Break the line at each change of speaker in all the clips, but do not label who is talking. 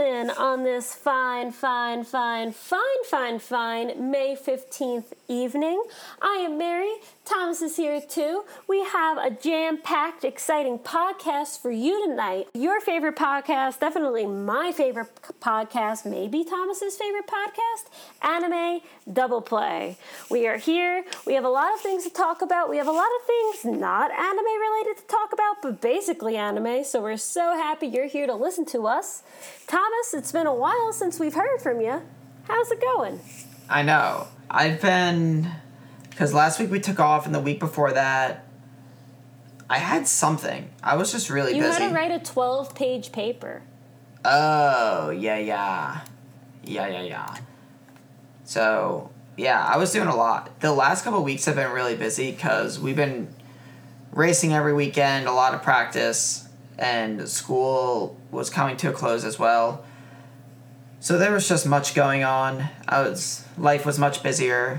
on this fine, fine, fine, fine, fine, fine May 15th evening. I am Mary. Thomas is here too. We have a jam packed, exciting podcast for you tonight. Your favorite podcast, definitely my favorite c- podcast, maybe Thomas's favorite podcast, Anime Double Play. We are here. We have a lot of things to talk about. We have a lot of things not anime related to talk about, but basically anime. So we're so happy you're here to listen to us. Thomas, it's been a while since we've heard from you. How's it going?
I know. I've been because last week we took off, and the week before that, I had something. I was just really
You
busy.
had to write a 12 page paper.
Oh yeah, yeah, yeah, yeah, yeah. So yeah, I was doing a lot. The last couple weeks have been really busy because we've been racing every weekend, a lot of practice, and school was coming to a close as well. So there was just much going on. I was life was much busier.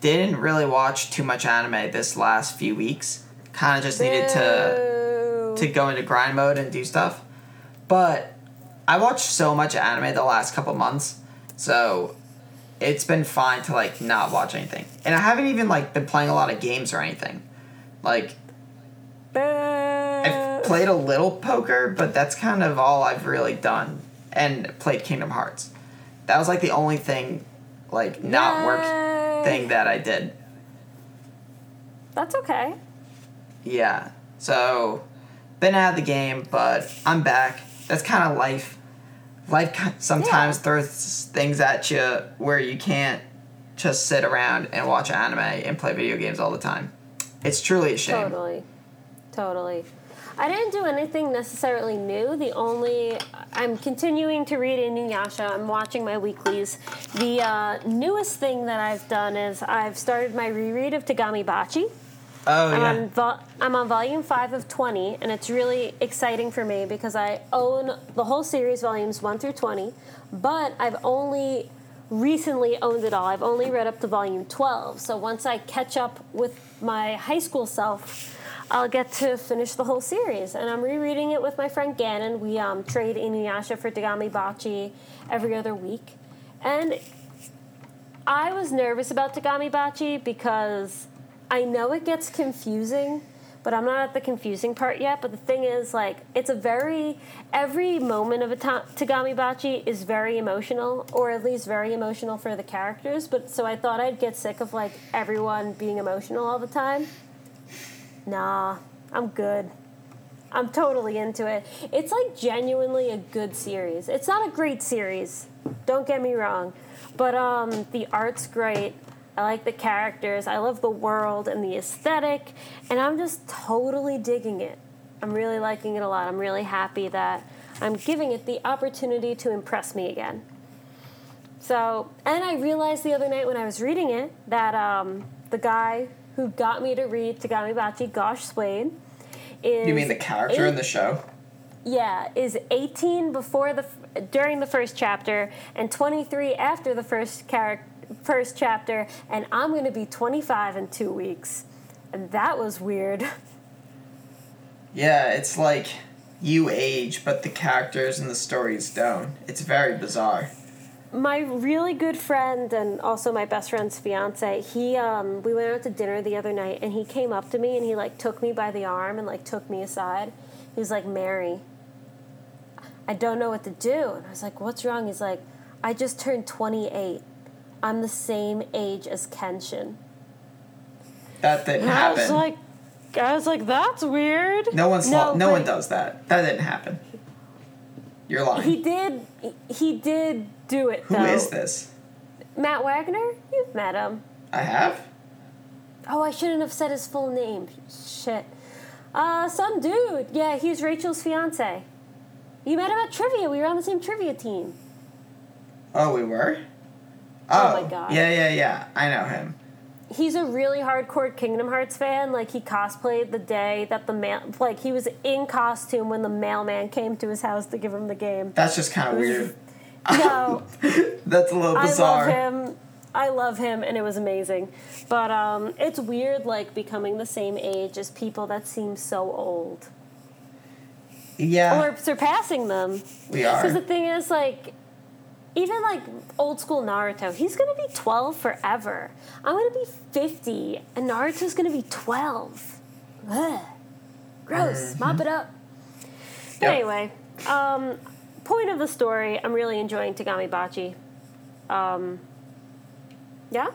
Didn't really watch too much anime this last few weeks. Kind of just needed to
Boo.
to go into grind mode and do stuff. But I watched so much anime the last couple months, so it's been fine to like not watch anything. And I haven't even like been playing a lot of games or anything. Like I've
Boo.
played a little poker, but that's kind of all I've really done. And played Kingdom Hearts. That was like the only thing like not work
Yay.
thing that I did.
That's okay.
Yeah. So, been out of the game, but I'm back. That's kind of life. Life ki- sometimes
Yeah.
throws things at you where you can't just sit around and watch anime and play video games all the time. It's truly a shame.
Totally. Totally. I didn't do anything necessarily new. The only I'm continuing to read Inuyasha. I'm watching my weeklies. The uh, newest thing that I've done is I've started my reread of Tagami Bachi.
Oh yeah.
I'm on, vol- I'm on volume five of 20, and it's really exciting for me because I own the whole series, volumes one through 20, but I've only recently owned it all. I've only read up to volume 12. So once I catch up with my high school self, I'll get to finish the whole series. And I'm rereading it with my friend Gannon. We um, trade Inuyasha for Dagami Bachi every other week. And I was nervous about Tagami Bachi because I know it gets confusing, but I'm not at the confusing part yet. But the thing is, like, it's a very, every moment of a ta- Tagami Bachi is very emotional, or at least very emotional for the characters. But so I thought I'd get sick of, like, everyone being emotional all the time. Nah, I'm good. I'm totally into it. It's like genuinely a good series. It's not a great series, don't get me wrong, but um, the art's great. I like the characters. I love the world and the aesthetic, and I'm just totally digging it. I'm really liking it a lot. I'm really happy that I'm giving it the opportunity to impress me again. So, and I realized the other night when I was reading it that um, the guy who got me to read Tagami Bachi, Gosh Swain, is
you mean the character in
eight-
the show?
yeah, is 18 before the f- during the first chapter and 23 after the first character first chapter and I'm going to be 25 in 2 weeks. And that was weird.
Yeah, it's like you age, but the characters and the stories don't. It's very bizarre.
my really good friend and also my best friend's fiance he um, we went out to dinner the other night and he came up to me and he like took me by the arm and like took me aside he was like mary i don't know what to do and i was like what's wrong he's like i just turned 28 i'm the same age as kenshin
That didn't
And i was
happen.
like i was like that's weird
no one's no, no one
but-
does that. That didn't happen. You're lying.
he did he did do it
Who
though
is this?
matt wagner you've met him
I have?
Oh, I shouldn't have said his full name. Shit. Uh, some dude. Yeah, he's Rachel's fiance. You met him at trivia. We were on the same trivia team.
Oh, we were?
Oh my God.
Yeah, yeah, yeah. I know him.
He's a really hardcore Kingdom Hearts fan. Like he cosplayed the day that the mail, like he was in costume when the mailman came to his house to give him the game.
That's just kind of weird.
No,
That's a little
I love
bizarre.
him. I love him, and it was amazing. But um, it's weird, like becoming the same age as people that seem so old.
Yeah.
or surpassing them.
we
Because the
are.
thing is, like, even like old school Naruto, he's gonna be 12 forever. I'm gonna be 50, and Naruto's gonna be 12. Ugh. Gross. Mop it up. But
Mm-hmm. Yep.
anyway, um, point of the story, I'm really enjoying Tagami Bachi. Um, yeah?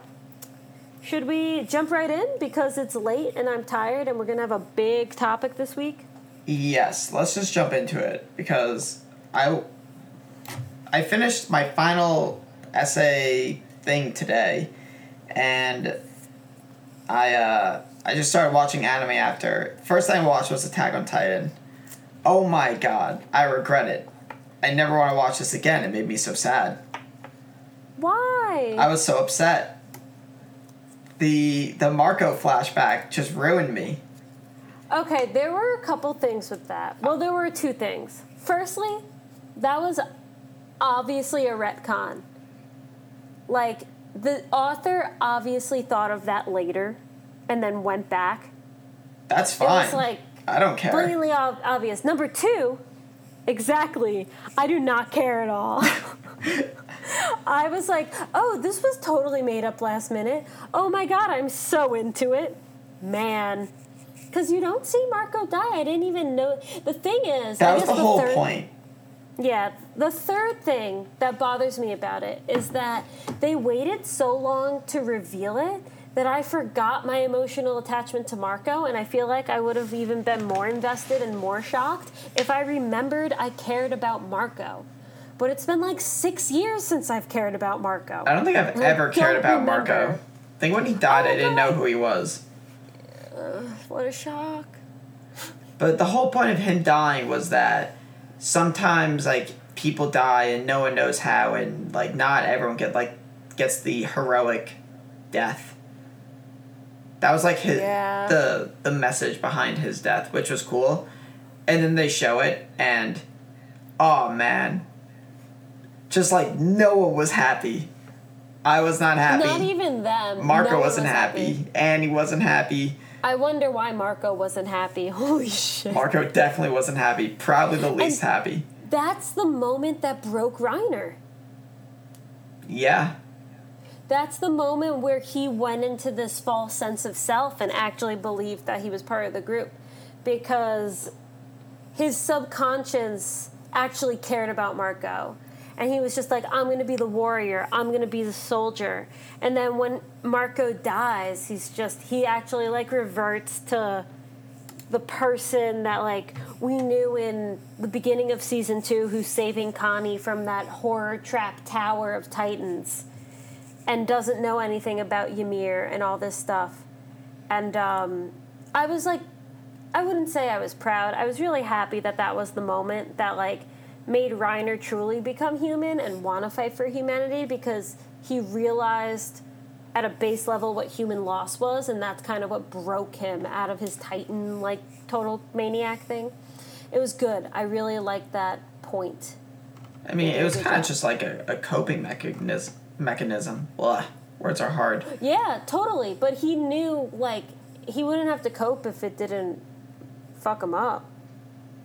Should we jump right in because it's late and I'm tired and we're gonna have a big topic this week?
Yes, let's just jump into it because I I finished my final essay thing today and I uh I just started watching anime after. First thing I watched was Attack on Titan. Oh my god, I regret it. I never want to watch this again. It made me so sad.
Why?
I was so upset. The the Marco flashback just ruined me.
Okay, there were a couple things with that. Well, there were two things. Firstly, that was obviously a retcon. Like, the author obviously thought of that later and then went back.
That's
It
fine.
was like
I don't care.
blatantly ob- obvious. Number two, exactly, I do not care at all. I was like, oh, this was totally made up last minute. Oh my god, I'm so into it. Man. Because you don't see Marco die. I didn't even know. The thing is, I
that was
guess
the whole
third,
point.
Yeah, the third thing that bothers me about it is that they waited so long to reveal it that I forgot my emotional attachment to Marco, and I feel like I would have even been more invested and more shocked if I remembered I cared about Marco. But it's been like six years since I've cared about Marco.
I don't think I've
I
ever cared
don't
about
remember.
Marco. I think when he died,
Oh
I didn't
God.
know who he was.
What a shock.
But the whole point of him dying was that sometimes like people die and no one knows how, and like not everyone get like gets the heroic death. That was like his
Yeah.
the the message behind his death, which was cool. And then they show it, and oh man, just like no one was happy. I was not happy.
Not even them.
Marco
No one
wasn't
was
happy. and he wasn't happy.
I wonder why Marco wasn't happy. Holy shit.
Marco definitely wasn't happy. Probably the least happy.
That's the moment that broke Reiner.
Yeah.
That's the moment where he went into this false sense of self and actually believed that he was part of the group because his subconscious actually cared about Marco. And he was just like, I'm going to be the warrior. I'm going to be the soldier. And then when Marco dies, he's just, he actually like reverts to the person that like we knew in the beginning of season two who's saving Connie from that horror trap tower of Titans and doesn't know anything about Ymir and all this stuff. And um, I was like, I wouldn't say I was proud. I was really happy that that was the moment that like made Reiner truly become human and want to fight for humanity because he realized at a base level what human loss was, and that's kind of what broke him out of his Titan like total maniac thing. It was good. I really liked that point.
I mean, it was
good
kind of
job.
just like a, a coping mechanism. Mechanism. Blah. Words are hard.
Yeah, totally. But he knew like he wouldn't have to cope if it didn't fuck him up.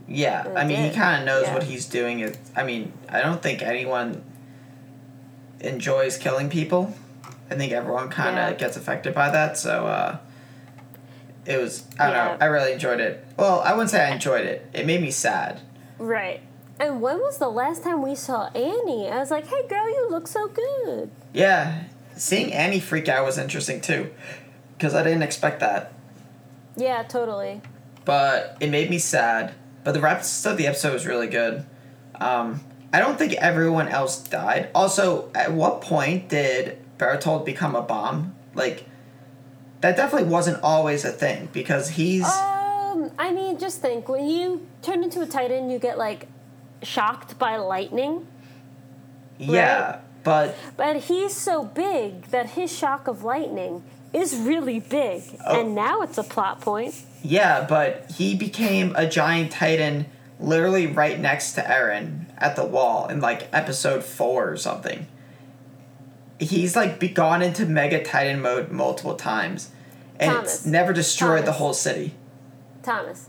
Yeah. I
it
mean, he
did.
kind of knows
Yeah.
what he's doing. It. I mean, I don't think anyone enjoys killing people. I think everyone kind of
Yeah.
gets affected by that. So uh, it was. I don't
Yeah.
know. I really enjoyed it. Well, I wouldn't say I enjoyed it. It made me sad.
Right. And when was the last time we saw Annie? I was like, "Hey, girl, you look so good."
Yeah, seeing Annie freak out was interesting too, because I didn't expect that.
Yeah, totally.
But it made me sad. But the rest of the episode was really good. Um, I don't think everyone else died. Also, at what point did Bertold become a bomb? Like, that definitely wasn't always a thing because he's
Um, I mean, just think when you turn into a Titan, you get like shocked by lightning.
yeah. But
But he's so big that his shock of lightning is really big,
Oh.
and now it's a plot point.
yeah, but he became a giant titan literally right next to Eren at the wall in like episode four or something. he's like be gone into mega titan mode multiple times and it's
Thomas.
never destroyed the
Thomas.
whole city
Thomas.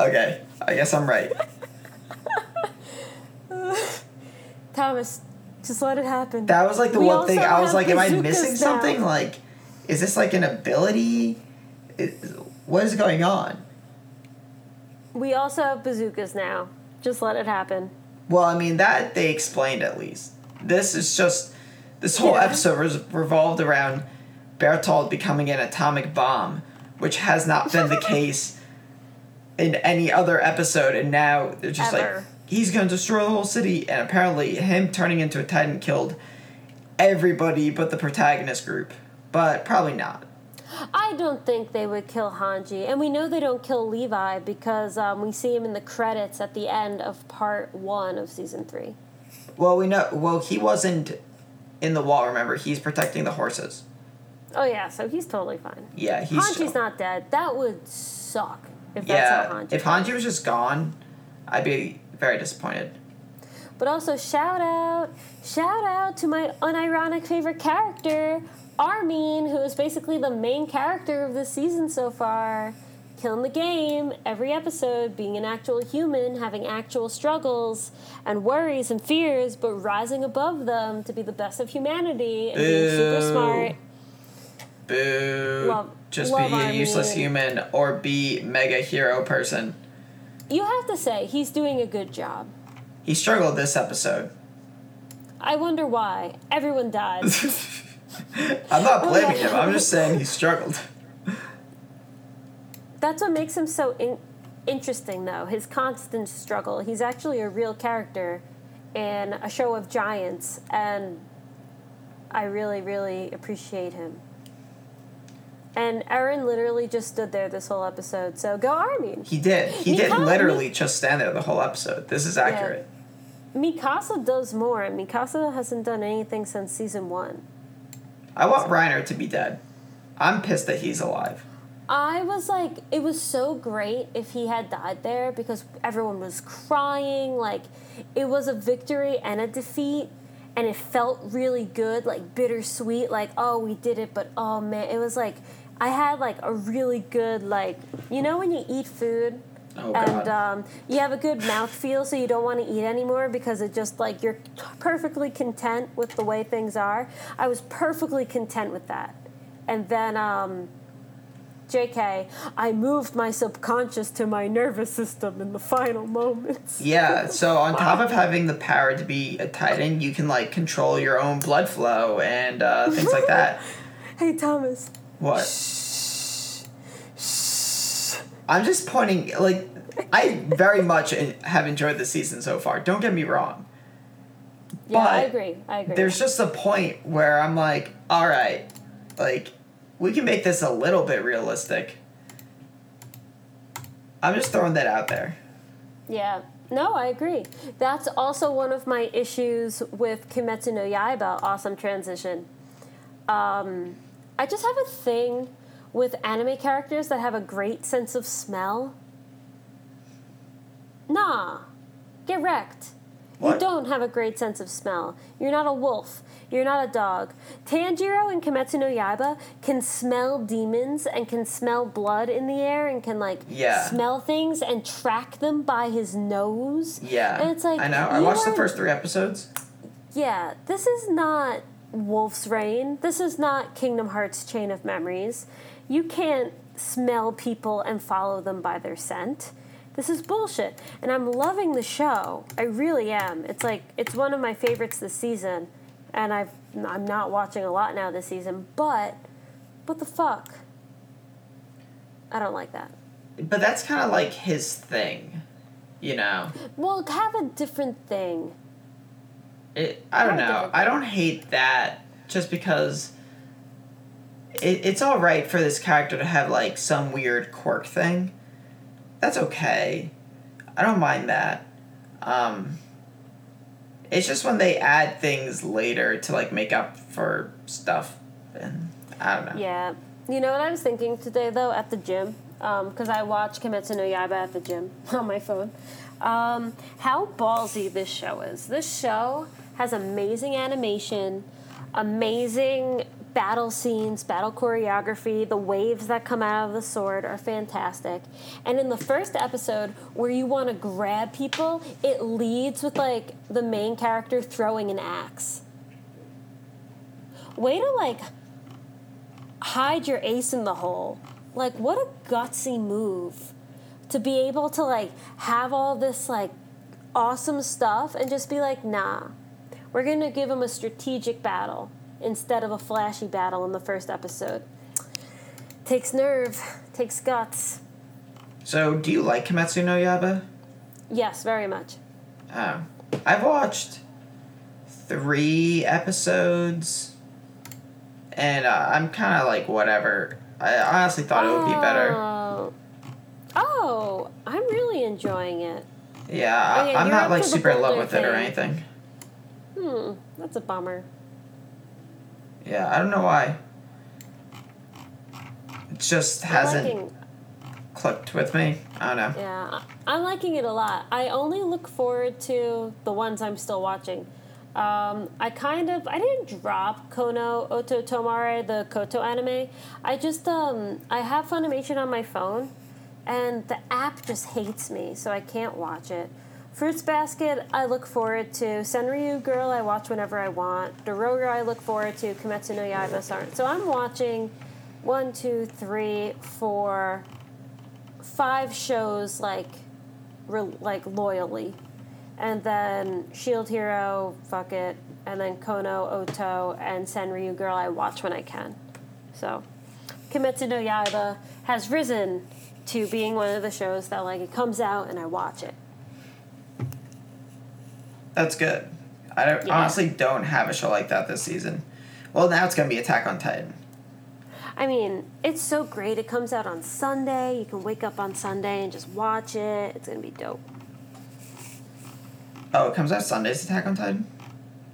Okay, I guess I'm right.
Thomas, just let it happen.
That was like the
We
one thing
also
I was
have
like, am I
bazookas
missing
now.
something? Like, is this like an ability? Is, what is going on?
we also have bazookas now. Just let it happen.
Well, I mean that they explained at least. This is just this whole
Yeah.
episode was revolved around Bertold becoming an atomic bomb, which has not been the case in any other episode, and now they're just like
Ever.
he's gonna destroy the whole city, and apparently him turning into a titan killed everybody but the protagonist group, but probably not.
I don't think they would kill Hanji, and we know they don't kill Levi because um, we see him in the credits at the end of part one of season three.
Well, we know. Well, he wasn't in the wall. Remember, he's protecting the horses.
Oh yeah, so he's totally fine.
Yeah, he's
Hanji's not dead. That would suck if that's how
yeah,
Hanji.
if Hanji was just gone, I'd be very disappointed.
But also shout out, shout out to my unironic favorite character, Armin, who is basically the main character of this season so far. Killing the game every episode, being an actual human, having actual struggles and worries and fears, but rising above them to be the best of humanity and being super
Boo.
smart.
Boo.
Love-
just
love
be a useless
Armin.
human or be mega hero person.
You have to say, he's doing a good job.
He struggled this episode.
I wonder why. Everyone dies.
I'm not blaming
Oh, yeah.
him. I'm just saying he struggled.
That's what makes him so in- interesting, though. His constant struggle. He's actually a real character in a show of giants, and I really, really appreciate him. And Aaron literally just stood there this whole episode. So go Armin.
He did. He
You
did
can't-
literally just stand there the whole episode. This is accurate.
Mikasa does more, and Mikasa hasn't done anything since season one.
I want Reiner to be dead. I'm pissed that he's alive.
I was like, it was so great if he had died there because everyone was crying. Like, it was a victory and a defeat, and it felt really good, like bittersweet. Like, oh, we did it, but oh man, it was like I had like a really good like you know when you eat food
Oh
and
god.
um, you have a good mouthfeel, so you don't want to eat anymore because it just like you're t- perfectly content with the way things are. I was perfectly content with that. And then, um, JK, I moved my subconscious to my nervous system in the final moments.
Yeah, so on top of having the power to be a titan, you can like control your own blood flow and uh, things like that.
Hey, Thomas.
What? I'm just pointing like I very much en- have enjoyed the season so far. Don't get me wrong.
Yeah, I
But
agree. I agree.
There's just a point where I'm like, all right, like we can make this a little bit realistic. I'm just throwing that out there.
Yeah. No, I agree. That's also one of my issues with Kimetsu no Yaiba. Awesome transition. Um, I just have a thing with anime characters that have a great sense of smell. Nah, get wrecked.
What?
You don't have a great sense of smell. You're not a wolf. You're not a dog. Tanjiro and Kimetsu no Yaiba can smell demons and can smell blood in the air and can like
Yeah.
smell things and track them by his nose.
Yeah,
and it's like
I know. I
you
watched the
are-
first three episodes.
Yeah, this is not Wolf's Rain. This is not Kingdom Hearts Chain of Memories. You can't smell people and follow them by their scent. This is bullshit. And I'm loving the show. I really am. It's like it's one of my favorites this season, and I've I'm not watching a lot now this season, but what the fuck? I don't like that.
But that's kind of like his thing, you know.
Well, have a different thing.
It, I don't
I
know.
don't
I don't hate that just because it, it's all right for this character to have like some weird quirk thing. That's okay. I don't mind that. Um, it's just when they add things later to like make up for stuff, and I don't know.
Yeah. You know what I was thinking today, though, at the gym? Because I watch Kimetsu no Yaiba at the gym on my phone. Um, how ballsy this show is. This show has amazing animation, amazing battle scenes, battle choreography, the waves that come out of the sword are fantastic. And in the first episode, where you want to grab people, it leads with like the main character throwing an axe. Way to like hide your ace in the hole. Like, what a gutsy move to be able to like have all this like awesome stuff and just be like, nah, we're gonna give him a strategic battle instead of a flashy battle in the first episode. Takes nerve, takes guts.
So, do you like Kimetsu no Yaba?
Yes, very much.
Oh. I've watched three episodes, and uh, I'm kind of like, whatever. I honestly thought it would be better.
Oh. Oh, I'm really enjoying it.
Yeah, I,
Okay,
I'm
you're up
not like
to the
super in love
Boulder
with it or
thing.
anything.
Hmm, that's a bummer.
Yeah, I don't know why. It just hasn't
I'm liking,
clicked with me. I don't know.
yeah, I- I'm liking it a lot. I only look forward to the ones I'm still watching. Um, I kind of I didn't drop Kono Oto Tomare the Koto anime. I just um, I have Funimation on my phone, and the app just hates me, so I can't watch it. Fruits Basket, I look forward to. Senryu Girl, I watch whenever I want. Doroga, I look forward to. Kimetsu no Yaiba, sorry. So I'm watching one, two, three, four, five shows like, re- like loyally, and then Shield E Hero, fuck it, and then Kono Oto and Senryu Girl, I watch when I can. So, Kimetsu no Yaiba has risen to being one of the shows that like it comes out and I watch it.
That's good. I don't,
Yeah.
honestly don't have a show like that this season. Well, now it's gonna be Attack on Titan.
I mean, it's so great. It comes out on Sunday. You can wake up on Sunday and just watch it. It's gonna be dope.
Oh, it comes out Sunday's Attack on Titan.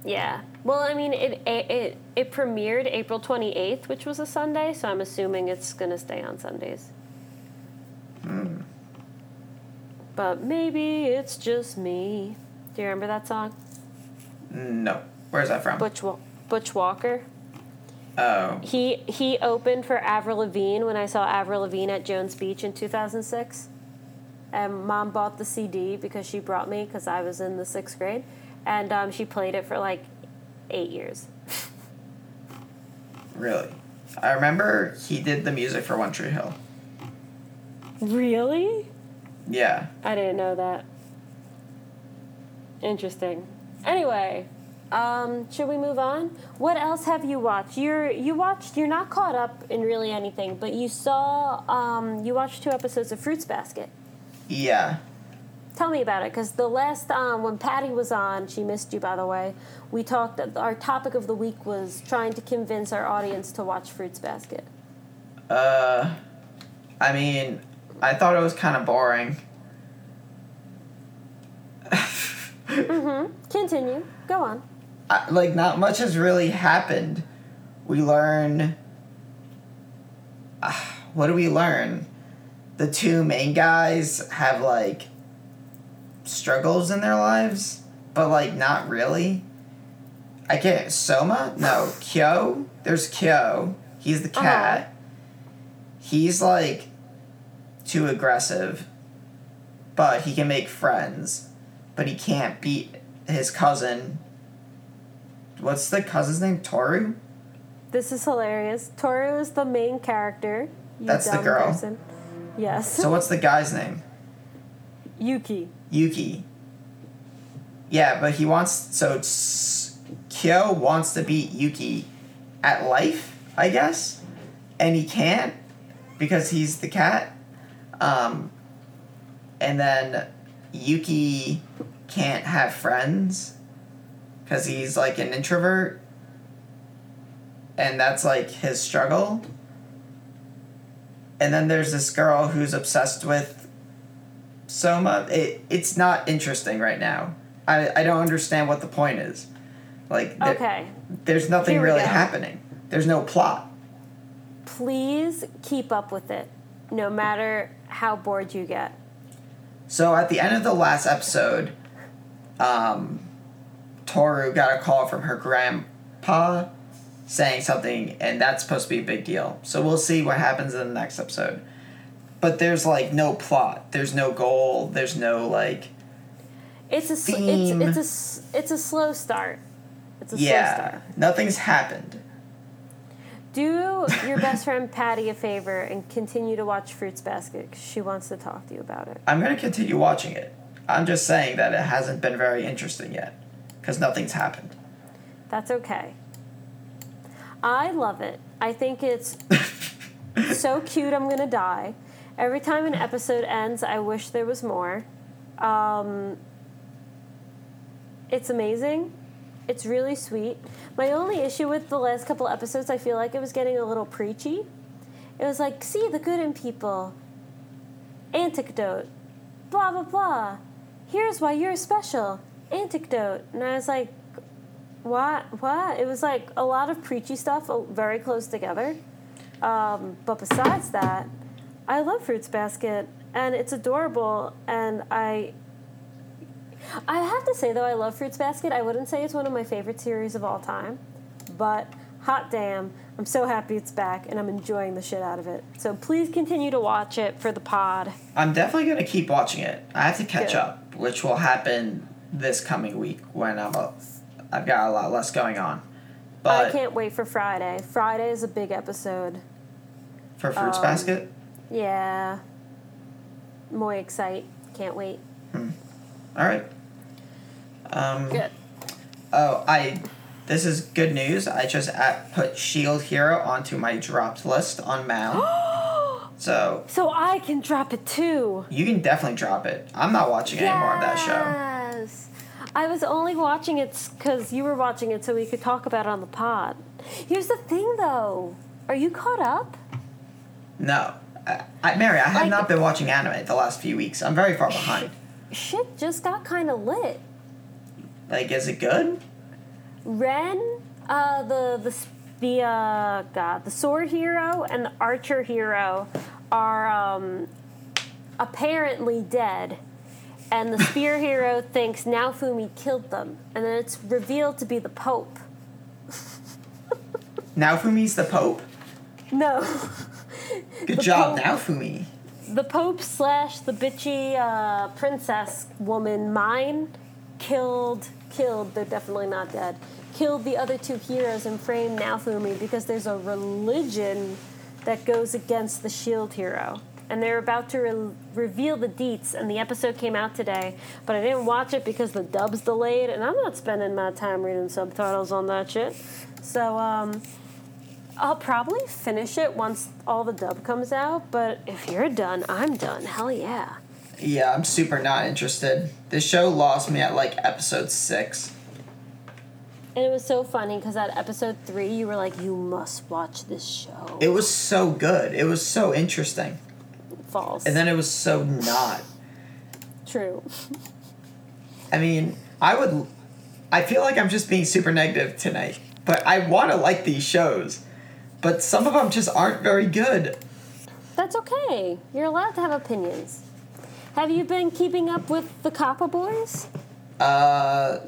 Yeah. Well, I mean, it it it, it premiered April twenty eighth, which was a Sunday, so I'm assuming it's gonna stay on Sundays. But maybe it's just me. Do you remember that song,
No, where's that from?
Butch Wa- Butch Walker?
oh,
He he opened for Avril Lavigne when I saw Avril Lavigne at Jones Beach in 2006. And mom bought the CD because she brought me because I was in the sixth grade, and um, she played it for like eight years.
really? I remember he did the music for One Tree Hill.
Really?
Yeah.
I didn't know that. Interesting. Anyway, um, should we move on? What else have you watched? You're you watched. You're not caught up in really anything, but you saw. Um, you watched two episodes of Fruits Basket.
Yeah.
Tell me about it, because the last um, when Patty was on, she missed you by the way. We talked. Our topic of the week was trying to convince our audience to watch Fruits Basket.
Uh, I mean, I thought it was kind of boring.
Continue. Go on.
I- like not much has really happened. We learn. Ah, what do we learn? The two main guys have like struggles in their lives, but like not really. I can't. Soma? No. Kyo? There's Kyo. He's the cat. He's like too aggressive, but he can make friends, but he can't beat his cousin What's the cousin's name? Toru?
This is hilarious. Toru is the main character. You
That's the
dumb
girl.
Person. Yes.
So what's the guy's name?
Yuki.
Yuki. Yeah, but he wants so it's- Kyo wants to beat Yuki at life, I guess, and he can't because he's the cat. Um, and then Yuki can't have friends because he's like an introvert, and that's like his struggle. And then there's this girl who's obsessed with Soma, it, it's not interesting right now. I, I don't understand what the point is. Like, there-
Okay.
there's nothing
Here we
really
go.
happening. There's no plot.
Please keep up with it, no matter how bored you get.
So at the end of the last episode, um, Toru got a call from her grandpa saying something, and that's supposed to be a big deal. So we'll see what happens in the next episode. But there's like no plot. There's no goal. There's no like.
It's a sl-
Theme.
it's it's a s- it's a slow start. It's a slow
yeah,
start.
nothing's happened.
Do your best friend Patty a favor and continue to watch Fruits Basket 'cause she wants to talk to you about it.
I'm gonna continue watching it. I'm just saying that it hasn't been very interesting yet, because nothing's happened.
That's okay. I love it. I think it's so cute. I'm gonna die. Every time an episode ends, I wish there was more. Um, it's amazing. It's really sweet. My only issue with the last couple episodes, I feel like it was getting a little preachy. It was like, see the good in people, antidote, blah, blah, blah. Here's why you're special, antidote. And I was like, what? What? It was like a lot of preachy stuff, uh, very close together. Um, but besides that, I love Fruits Basket, and it's adorable. And I, I have to say though, I love Fruits Basket. I wouldn't say it's one of my favorite series of all time, but hot damn, I'm so happy it's back, and I'm enjoying the shit out of it. So please continue to watch it for the pod.
I'm definitely gonna keep watching it. I have to catch
Good.
up, which will happen this coming week when I'm a, I've got a lot less going on.
I
But
can't wait for Friday. Friday is a big episode.
for fruits
um,
basket,
Yeah. More excite. Can't wait.
all right. Um,
Good.
Oh, I. This is good news. I just at, put Shield E Hero onto my dropped list on Mound. so
So I can drop it too.
you can definitely drop it. I'm not watching any more of that show.
Yes. I was only watching it because you were watching it so we could talk about it on the pod. Here's the thing though. Are you caught up?
No. I, I, Mary, I have
Like-
not been watching anime the last few weeks. I'm very far behind.
Shit just got kind of lit.
like, is it good?
Ren, uh, the the s- the uh, God, the sword hero and the archer hero are um, apparently dead, and the spear hero thinks Naofumi killed them, and then it's revealed to be the Pope.
Now Fumi's the Pope.
No,
Good job,
Pope.
now Fumi.
the Pope slash the bitchy uh, princess woman mine killed killed. They're definitely not dead. Killed the other two heroes and framed Naofumi because there's a religion that goes against the shield E hero. And they're about to re- reveal the deets, and the episode came out today, but I didn't watch it because the dub's delayed, and I'm not spending my time reading subtitles on that shit. So, um, I'll probably finish it once all the dub comes out, but if you're done, I'm done. Hell yeah.
Yeah, I'm super not interested. This show lost me at like episode six.
And it was so funny because at episode three, you were like, you must watch this show.
It was so good. It was so interesting.
False.
And then it was so not.
True.
I mean, I would. I feel like I'm just being super negative tonight, but I want to like these shows, but some of them just aren't very good.
That's okay. You're allowed to have opinions. Have you been keeping up with the Kappa Boys?
Uh,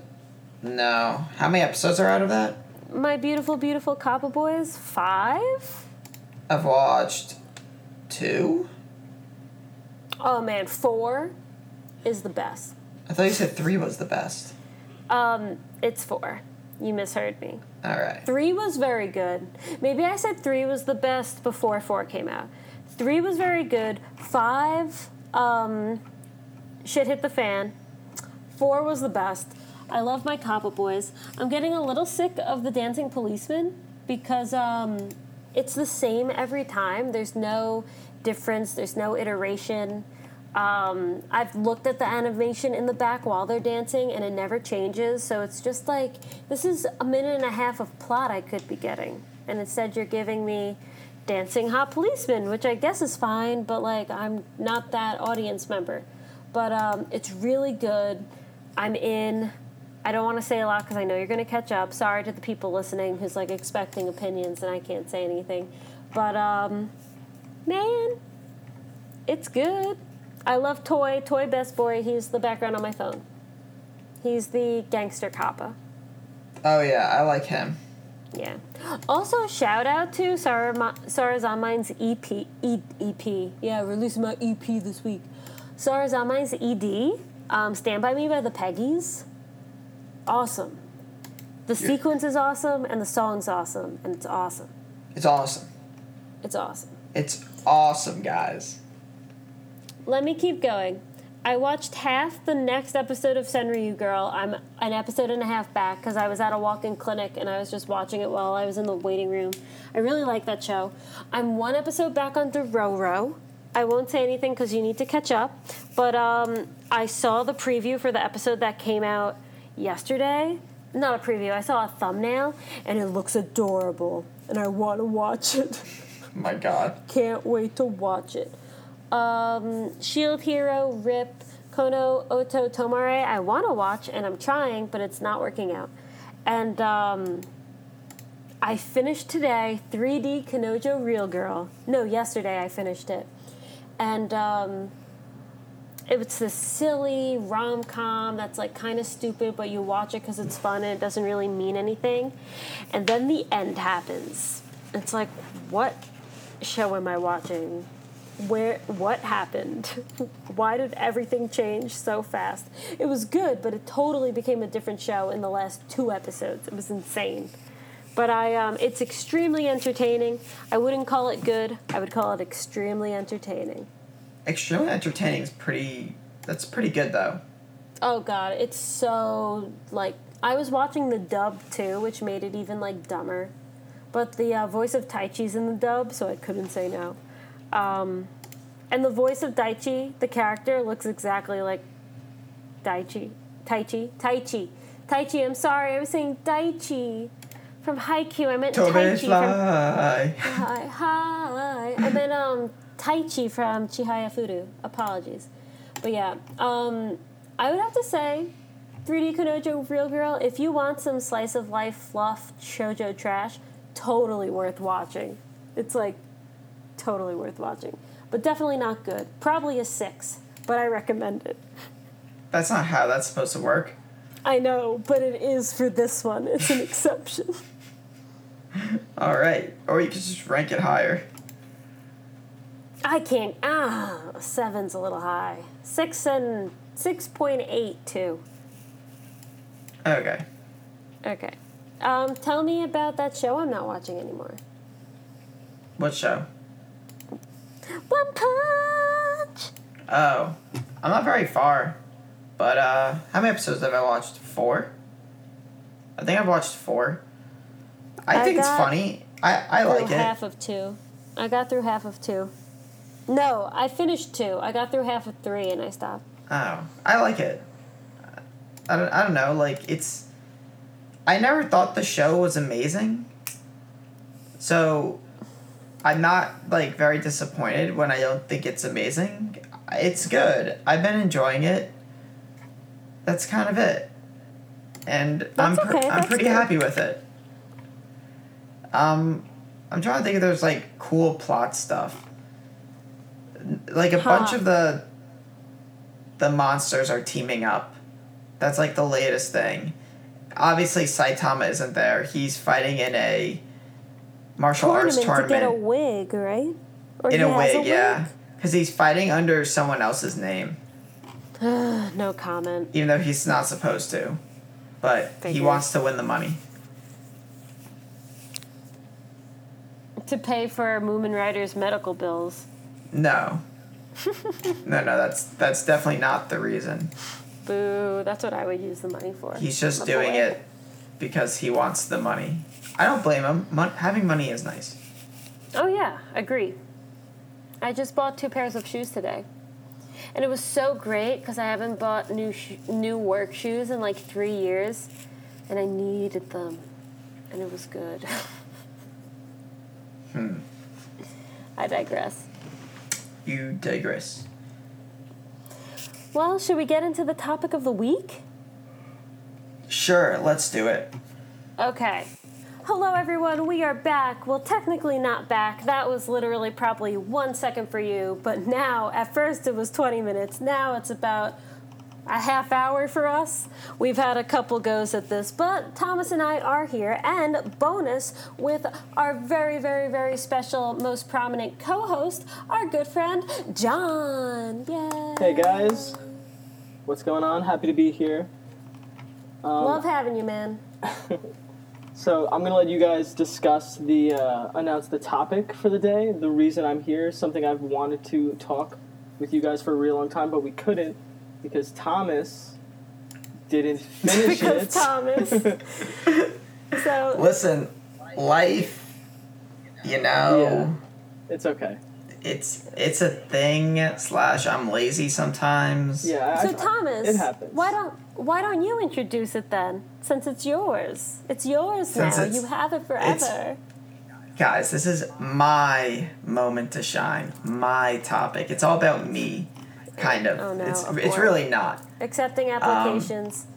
no. How many episodes are out of that?
My beautiful, beautiful Kappa Boys? Five?
I've watched two.
Oh man, four is the best.
I thought you said three was the best.
Um, it's four. You misheard me.
All right.
Three was very good. Maybe I said three was the best before four came out. Three was very good. Five, um, shit hit the fan. Four was the best. I love my Kappa boys. I'm getting a little sick of the dancing policeman because um, it's the same every time. There's no difference. There's no iteration. Um, I've looked at the animation in the back while they're dancing, and it never changes. So it's just like this is a minute and a half of plot I could be getting, and instead you're giving me dancing hot policeman, which I guess is fine. But like I'm not that audience member but um, it's really good. I'm in. I don't want to say a lot because I know you're going to catch up. Sorry to the people listening who's like expecting opinions and I can't say anything. But um, man, it's good. I love Toy. Toy Best Boy. He's the background on my phone. He's the gangster kappa.
Oh yeah, I like him.
Yeah. Also, shout out to Sarah, Ma- Sarah Zamine's EP, e- EP. Yeah, releasing my EP this week. Sarah Zamine's ED, um, Stand By Me by the Peggies. Awesome. The
Yeah.
sequence is awesome, and the song's awesome, and it's awesome.
It's awesome.
It's awesome.
It's awesome, guys.
Let me keep going. I watched half the next episode of Senryu Girl. I'm an episode and a half back because I was at a walk-in clinic and I was just watching it while I was in the waiting room. I really like that show. I'm one episode back on Dororo. I won't say anything because you need to catch up. But um, I saw the preview for the episode that came out yesterday. Not a preview. I saw a thumbnail and it looks adorable, and I want to watch it.
Oh my god.
Can't wait to watch it. Um, Shield Hero, Rip, Kono, Oto, Tomare. I want to watch, and I'm trying, but it's not working out. And um, I finished today 3D Kanojo Real Girl. No, yesterday I finished it. And um, it was this silly rom com that's like kind of stupid, but you watch it because it's fun and it doesn't really mean anything. And then the end happens. It's like, what show am I watching? Where what happened? Why did everything change so fast? It was good, but it totally became a different show in the last two episodes. It was insane. But I um, it's extremely entertaining. I wouldn't call it good. I would call it extremely entertaining.
Extremely entertaining is pretty. That's pretty good though.
Oh god, it's so like I was watching the dub too, which made it even like dumber. But the uh, voice of Taichi's in the dub, so I couldn't say no. Um, and the voice of Daichi, the character, looks exactly like Daichi. Taichi. Taichi. Taichi, I'm sorry, I was saying Daichi from Haikyuu. I meant
Toby
Taichi from
Fly.
Hi, hi. I meant um Taichi from Chihaya Furu. Apologies. But yeah, um I would have to say 3D Konojo Real Girl, if you want some slice of life fluff shoujo trash, totally worth watching. It's like totally worth watching. But definitely not good. Probably a 6, but I recommend it.
That's not how that's supposed to work.
I know, but it is for this one. It's an exception.
All right, or you could just rank it higher.
I can't. Ah, seven's a little high. Six and six point eight two.
Okay.
Okay. Um, tell me about that show I'm not watching anymore.
What show?
One Punch.
Oh, I'm not very far, but uh, how many episodes have I watched? Four. I think I've watched four. I,
I
think it's
got
funny. I I
Through
like it.
half of two. I got through half of two. No, I finished two. I got through half of three and I stopped.
Oh, I like it. I don't, I don't know, like, it's. I never thought the show was amazing. So, I'm not, like, very disappointed when I don't think it's amazing. It's good. I've been enjoying it. That's kind of it. And I'm,
That's
pr-
okay,
I'm
that's
pretty
good.
happy with it. Um, I'm trying to think if there's, like, cool plot stuff. N- Like, a bunch
Huh.
of the the monsters are teaming up. That's like the latest thing. Obviously, Saitama isn't there. He's fighting in a martial arts
Tournament to
Oh, tournament
get a wig, right? Or
in
he
a
has
wig, yeah. Because he's fighting under someone else's name,
Ugh, no comment.
even though he's not supposed to. But he
Figures.
wants to win the money.
To pay for Moomin Rider's medical bills,
No. no, no, that's that's definitely not the reason.
boo. That's what I would use the money for.
He's just
Not the
doing
wig.
it because he wants the money. I don't blame him. Mon- having money is nice.
Oh yeah, agree. I just bought two pairs of shoes today, and it was so great because I haven't bought new sh- new work shoes in like three years, and I needed them, and it was good. I digress.
You digress.
Well, should we get into the topic of the week?
Sure, let's do it.
Okay. Hello, everyone. We are back. Well, technically not back. That was literally probably one second for you, but now, at first it was 20 minutes. Now it's about a half hour for us. We've had a couple goes at this, but Thomas and I are here, and bonus with our very, very, very special, most prominent co host, our good friend, John. Yay!
Hey guys, what's going on? Happy to be here. Um,
Love having you, man.
So I'm gonna let you guys discuss the uh, announce the topic for the day. The reason I'm here, something I've wanted to talk with you guys for a really long time, but we couldn't because Thomas didn't finish
Because
it.
Thomas. So,
Listen, life, you know,
it's okay.
it's it's a thing. Slash, I'm lazy sometimes.
Yeah. I-
so
I-
Thomas,
It happens.
why don't why don't you introduce it then? Since it's yours, it's yours
Since
now.
it's-
you have it
it's-
forever.
Guys, this is my moment to shine. My topic. It's all about me, kind of.
Oh, no,
it's
of
it's
course.
really not.
Accepting
um,
applications.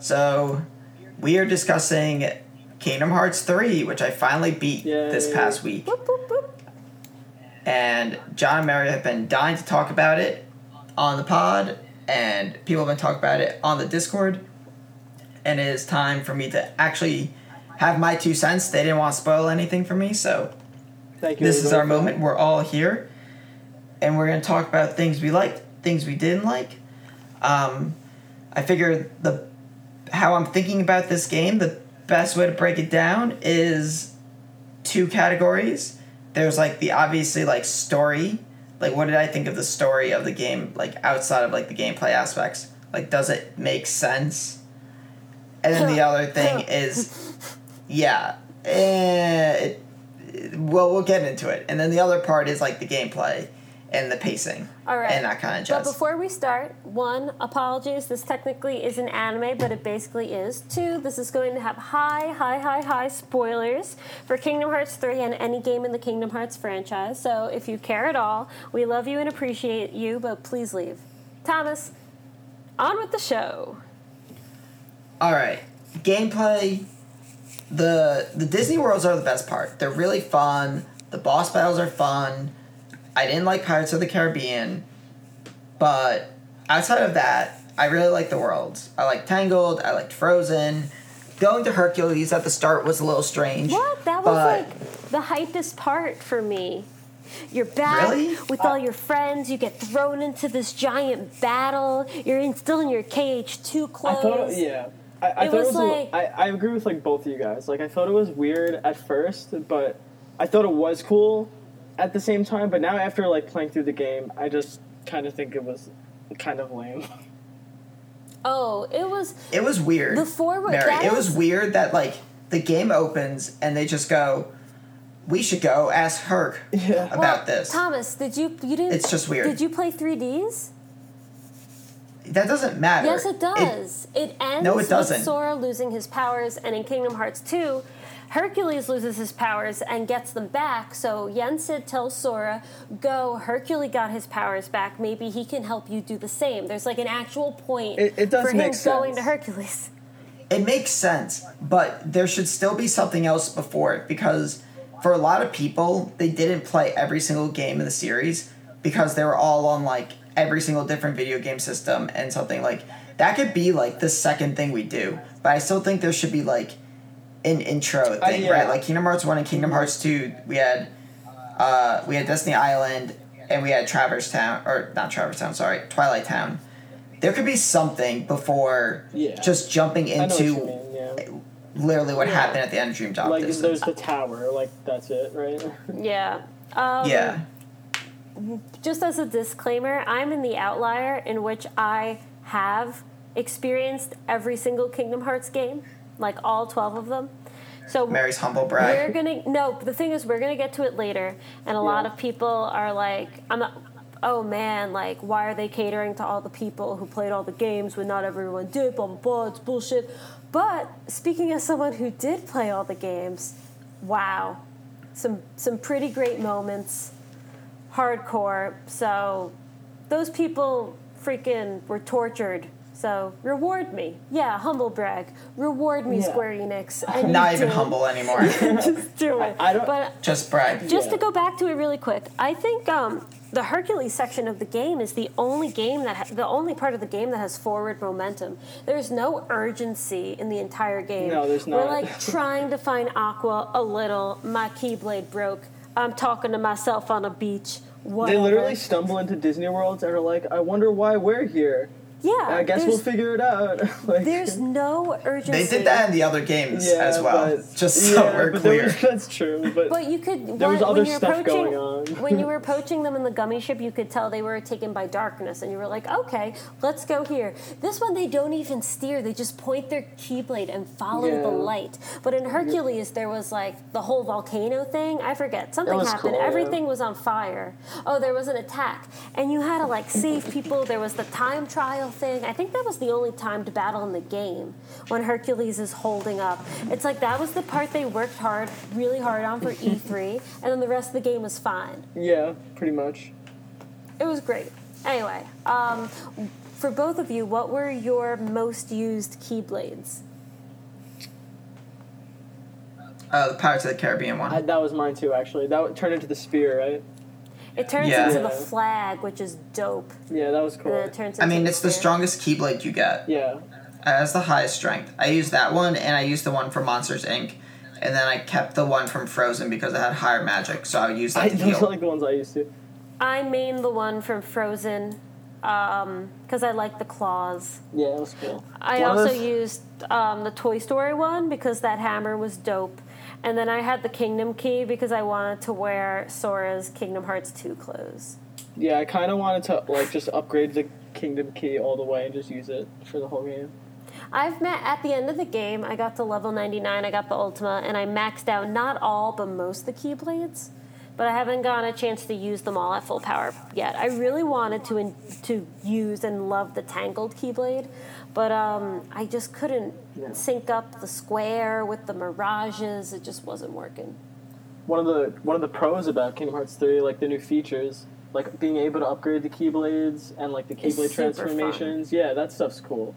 So, we are discussing Kingdom Hearts 3, which I finally beat this
Yay.
past week.
boop boop boop.
And John and Mary have been dying to talk about it on the pod, and people have been talking about it on the Discord. And it is time for me to actually have my two cents. They didn't want to spoil anything for me, so
Thank you.
this is
everybody.
our moment. We're all here, and we're gonna talk about things we liked, things we didn't like. Um, I figure the how I'm thinking about this game. The best way to break it down is two categories. There's like the obviously like story. Like what did I think of the story of the game? Like outside of like the gameplay aspects. Like does it make sense? And then the other thing is, yeah, eh, it well, we'll get into it. And then the other part is like the gameplay and the pacing.
All right.
And that kind of
But
jazz.
before we start, one, apologies. This technically is an anime, but it basically is. Two, this is going to have high, high, high, high spoilers for Kingdom Hearts 3 and any game in the Kingdom Hearts franchise. So if you care at all, we love you and appreciate you, but please leave. Thomas, on with the show.
All right, gameplay. The the Disney worlds are the best part. They're really fun. The boss battles are fun. I didn't like Pirates of the Caribbean, but outside of that, I really like the worlds. I like Tangled. I liked Frozen. Going to Hercules at the start was a little strange.
What? That was
but-
like the hypest part for me. You're back
Really? Uh,
with all your friends. You get thrown into this giant battle. You're in, still in your KH2
I
clothes.
thought, yeah. I,
Um,
I
It
thought it
was
was. a li-
like-
I, I agree with like both of you guys. Like I thought it was weird at first, but I thought it was cool at the same time. But now after like playing through the game, I just kind of think it was kind of lame.
Oh, it was
It was weird.
The forward-
Mary,
that
it was
is-
weird that like the game opens and they just go, "We should go ask Herc
Yeah.
about
well,
this."
Thomas, did you you didn't?
It's just weird.
Did you play 3ds?
that doesn't matter.
Yes, it does. It, ends
No, it
with
doesn't.
Sora losing his powers, and in Kingdom Hearts 2, Hercules loses his powers and gets them back. So Yensid tells Sora, "Go, Hercules got his powers back. Maybe he can help you do the same." There's like an actual point
It- it does
for him
make
going
sense.
to Hercules.
it makes sense, but there should still be something else before it because for a lot of people, they didn't play every single game in the series because they were all on like every single different video game system and something like that could be like the second thing we do. But I still think there should be like an intro thing,
Uh, yeah.
right? Like Kingdom Hearts 1 and Kingdom Hearts 2, we had uh we had Destiny Island and we had Traverse Town or not Traverse Town, sorry, Twilight Town. There could be something before
Yeah.
just jumping
I know what you
into
mean. Yeah.
literally what happened at the end of Dream Job.
Like
this-
there's the tower. Like that's it, right?
Yeah. Um,
yeah,
just as a disclaimer, I'm in the outlier in which I have experienced every single Kingdom Hearts game, like all 12 of them. So
Mary's humble
we're
brag.
going to, no, the thing is, we're going to get to it later. And a lot
Yeah.
of people are like, I'm not, oh man, like, why are they catering to all the people who played all the games when not everyone did? Blah, blah, blah, it's bullshit. But speaking as someone who did play all the games, wow. Some, some pretty great moments hardcore. So those people freaking were tortured. So reward me. Yeah, humble brag. Reward me,
Yeah.
Square Enix. And
Not
you
even
did.
humble anymore.
Just do it.
I don't-
but
just brag.
just
Yeah.
to go back to it really quick, I think um, the Hercules section of the game is the only game that ha- the only part of the game that has forward momentum. There's no urgency in the entire game.
No, there's
We're
not.
like trying to find Aqua a little. My keyblade broke. I'm talking to myself on a beach.
They
Whatever.
literally stumble into Disney Worlds and are like, "I wonder why we're here.
yeah.
I guess
Uh, there's,
we'll figure it out." like,
There's no urgency.
They did that in the other games
yeah,
as well.
but-
just so
yeah,
we're
but
clear.
there was- that's true, but,
But you could.
there was
when,
other
when you're
stuff
approaching,
going on.
when you were approaching them in the gummy ship, you could tell they were taken by darkness, and you were like, "Okay, let's go here." This one, they don't even steer; they just point their keyblade and follow the
Yeah.
light. But in Hercules, there was like the whole volcano thing. I forget something
That was
happened.
cool, yeah.
Everything was on fire. Oh, there was an attack, and you had to like save people. There was the time trial thing. I think that was the only timed battle in the game when Hercules is holding up. It's like that was the part they worked hard, really hard on for E3, and then the rest of the game was fine.
yeah, pretty much.
It was great. Anyway, um, for both of you, what were your most used keyblades?
Uh, the Pirates of the Caribbean one.
I, that was mine too, actually. That turned into the spear, right?
It turns
Yeah.
into the
Yeah.
flag, which is dope.
Yeah, that was
And then
cool.
it turns
I
into
mean, it's the
spear.
strongest Keyblade you get.
Yeah,
That's the highest strength. I used that one, and I used the one from Monsters Inc. And then I kept the one from Frozen because it had higher magic, so I would use that
I,
to
those are
heal.
like the ones I used to.
I main the one from Frozen because I like the claws.
Yeah, that was cool.
I
One of
also
those-
used um, the Toy Story one because that hammer was dope. And then I had the Kingdom Key because I wanted to wear Sora's Kingdom Hearts 2 clothes.
Yeah, I kind of wanted to like just upgrade the Kingdom Key all the way and just use it for the whole game.
I've met at the end of the game, I got to level 99, I got the Ultima, and I maxed out not all, but most of the Keyblades. But I haven't gotten a chance to use them all at full power yet. I really wanted to in, to use and love the Tangled Keyblade, but um, I just couldn't
Yeah.
sync up the square with the mirages. It just wasn't working.
One of the one of the pros about Kingdom Hearts three, like the new features, like being able to upgrade the Keyblades and like the
It's
Keyblade
super fun.
transformations. Yeah, that stuff's cool.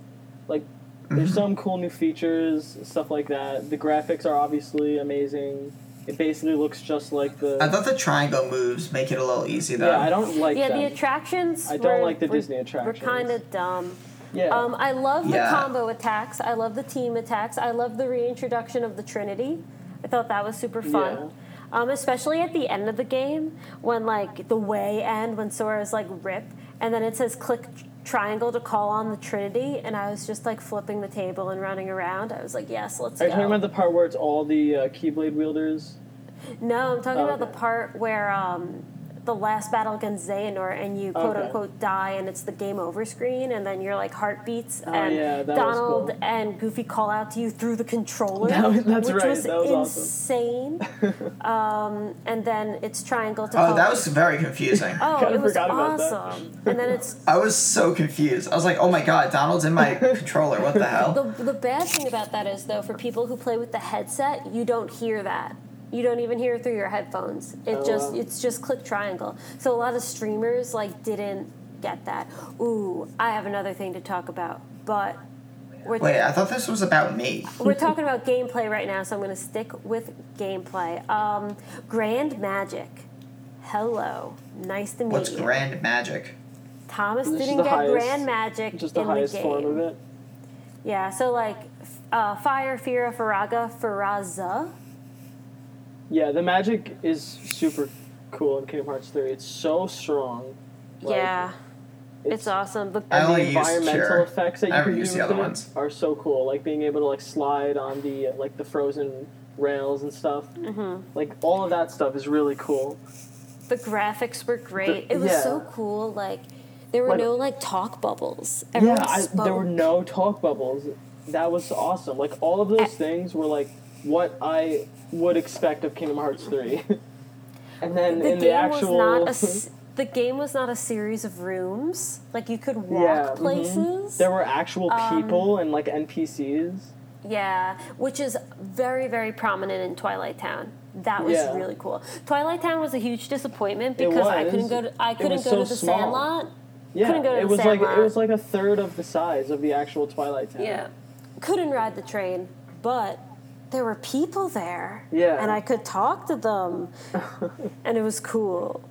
Like, there's some cool new features, stuff like that. The graphics are obviously amazing. It basically looks just like the.
I thought the triangle moves make it a little easy though.
yeah, I don't like
yeah,
them.
the attractions.
I don't
were-
like the
were-
Disney attractions.
Were kind of dumb.
yeah,
Um, I love the
Yeah.
combo attacks. I love the team attacks. I love the reintroduction of the Trinity. I thought that was super fun. Um, especially at the end of the game when like the way end when Sora's like rip and then it says click triangle to call on the Trinity and I was just like flipping the table and running around. I was like, yes, let's
Are you
go.
talking about the part where it's all the uh, Keyblade wielders?
No, I'm talking
Oh,
about the
okay.
part where um, the last battle against Xehanort and you quote
Okay.
unquote die, and it's the game over screen, and then your like heartbeats and
Oh, yeah, that was
Donald
cool.
and Goofy call out to you through the controller,
That was- that's
which
right,
was
that was awesome.
insane. um, and then it's triangle to.
oh,
call-
that was very confusing.
Oh,
Kinda
it was
forgot about that.
awesome. and then it's
I was so confused. I was like, oh my god, Donald's in my controller. What the hell?
the the bad thing about that is though, for people who play with the headset, you don't hear that. You don't even hear it through your headphones. It
Oh,
just
wow.
it's just click triangle. So a lot of streamers like didn't get that. Ooh, I have another thing to talk about, but we're
Wait, I thought this was about me.
we're talking about gameplay right now, so I'm going to stick with gameplay. Um, Grand Magic. Hello, nice to meet
What's
you.
grand magic?
Thomas
This is
didn't
the
get
highest-
Grand Magic
Just the
in
highest
the game.
form of it.
Yeah, so like f- uh, Fire, Fira, Faraga, Faraza.
Yeah, the magic is super cool in Kingdom Hearts 3. It's so strong. Like,
yeah, it's, awesome. The,
I
and
only
the
used
environmental
Cure.
effects that you
I haven't
can
used
do
the
with
other
it
ones.
are so cool. Like being able to like slide on the like the frozen rails and stuff. Mm-hmm. Like all of that stuff is really cool.
the graphics were great.
The-
it was
yeah.
so cool. Like there were
Like-
no like talk bubbles. Everyone
yeah, I,
spoke.
there were no talk bubbles. That was awesome. Like all of those things were like what I would expect of Kingdom Hearts 3. and then
the game
in the actual
was not a. s- The game was not a series of rooms. Like you could walk
Yeah, mhm.
places.
there were actual
um,
people and like NPCs.
Yeah, which is very, very prominent in Twilight Town. That was
Yeah.
really cool. Twilight Town was a huge disappointment
It
because I couldn't
was.
go to I
It
couldn't
was
go
so
to the
small.
Sandlot.
Yeah,
Couldn't go to
it
the
was like
Sandlot.
it was like a third of the size of the actual Twilight Town.
Yeah. Couldn't ride the train, but there were people there.
Yeah.
And I could talk to them. and it was cool.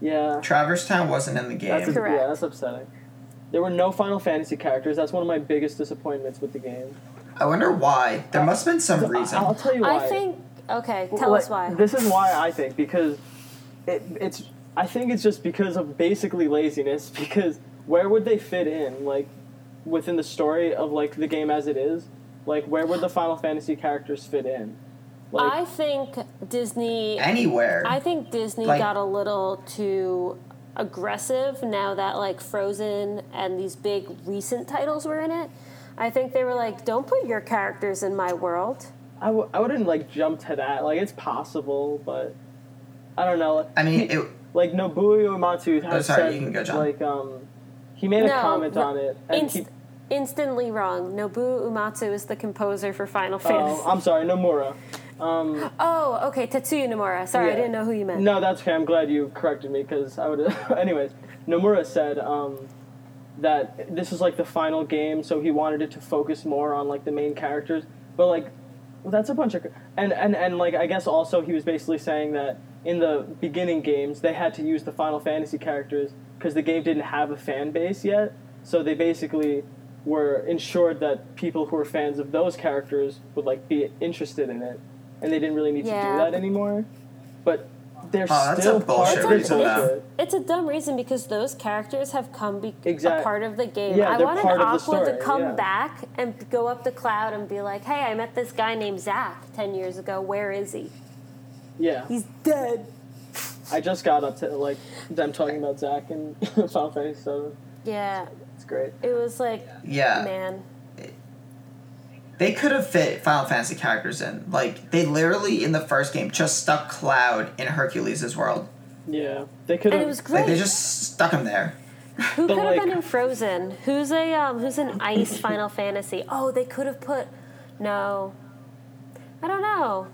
Yeah.
Traverse Town wasn't in the game.
That's
Correct.
Yeah, that's upsetting. There were no Final Fantasy characters. That's one of my biggest disappointments with the game.
I wonder why. There must have been some
I-
reason.
I'll tell you why.
I think. Okay, tell
Like,
us why.
This is why I think because it, it's. I think it's just because of basically laziness. Because where would they fit in, like, within the story of like the game as it is? Like, where would the Final Fantasy characters fit in? Like,
I think Disney.
Anywhere.
I think Disney
Like-
got a little too aggressive now that like Frozen and these big recent titles were in it. I think they were like, "Don't put your characters in my world."
I, w- I wouldn't like jump to that. Like it's possible, but I don't know.
I mean, it,
Like Nobuo Uematsu has
Oh, sorry,
said,
you can go, John.
like um, he made a
No,
comment
no,
on it, and
inst-
he,
instantly wrong. Nobuo Uematsu is the composer for Final
oh,
Fantasy.
I'm sorry, Nomura.
Oh, okay, Tetsuya Nomura. Sorry, I
Yeah.
didn't know who you meant.
No, that's okay. I'm glad you corrected me because I would. anyways, Nomura said um, that this was like the final game, so he wanted it to focus more on like the main characters. But like, well, that's a bunch of and and and like I guess also he was basically saying that in the beginning games they had to use the Final Fantasy characters because the game didn't have a fan base yet, so they basically were ensured that people who were fans of those characters would like be interested in it, and they didn't really need to
Yeah.
do that anymore but they're
Oh, that's
still
a bullshit
part
reason,
of the
though.
bullshit.
It's a dumb reason because those characters have come be-
Exact-
a part of the game.
Yeah,
I
they're
wanted
part of the
Aqua
story,
to come
yeah.
back and go up the cloud and be like, "Hey, I met this guy named Zach ten years ago. Where is he?
Yeah,
He's dead."
I just got up to like them talking about Zach and Final Fantasy Seven.
Yeah,
It's great.
it was like,
yeah.
man,
They could have fit Final Fantasy characters in. Like, they literally, in the first game, just stuck Cloud in Hercules' world.
Yeah, they could
and it
have.
was
Like,
great.
they just stuck him there.
Who
But,
could have
like-
been in Frozen? Who's a um, who's an ice Final Fantasy? Oh, they could have put no. I don't know.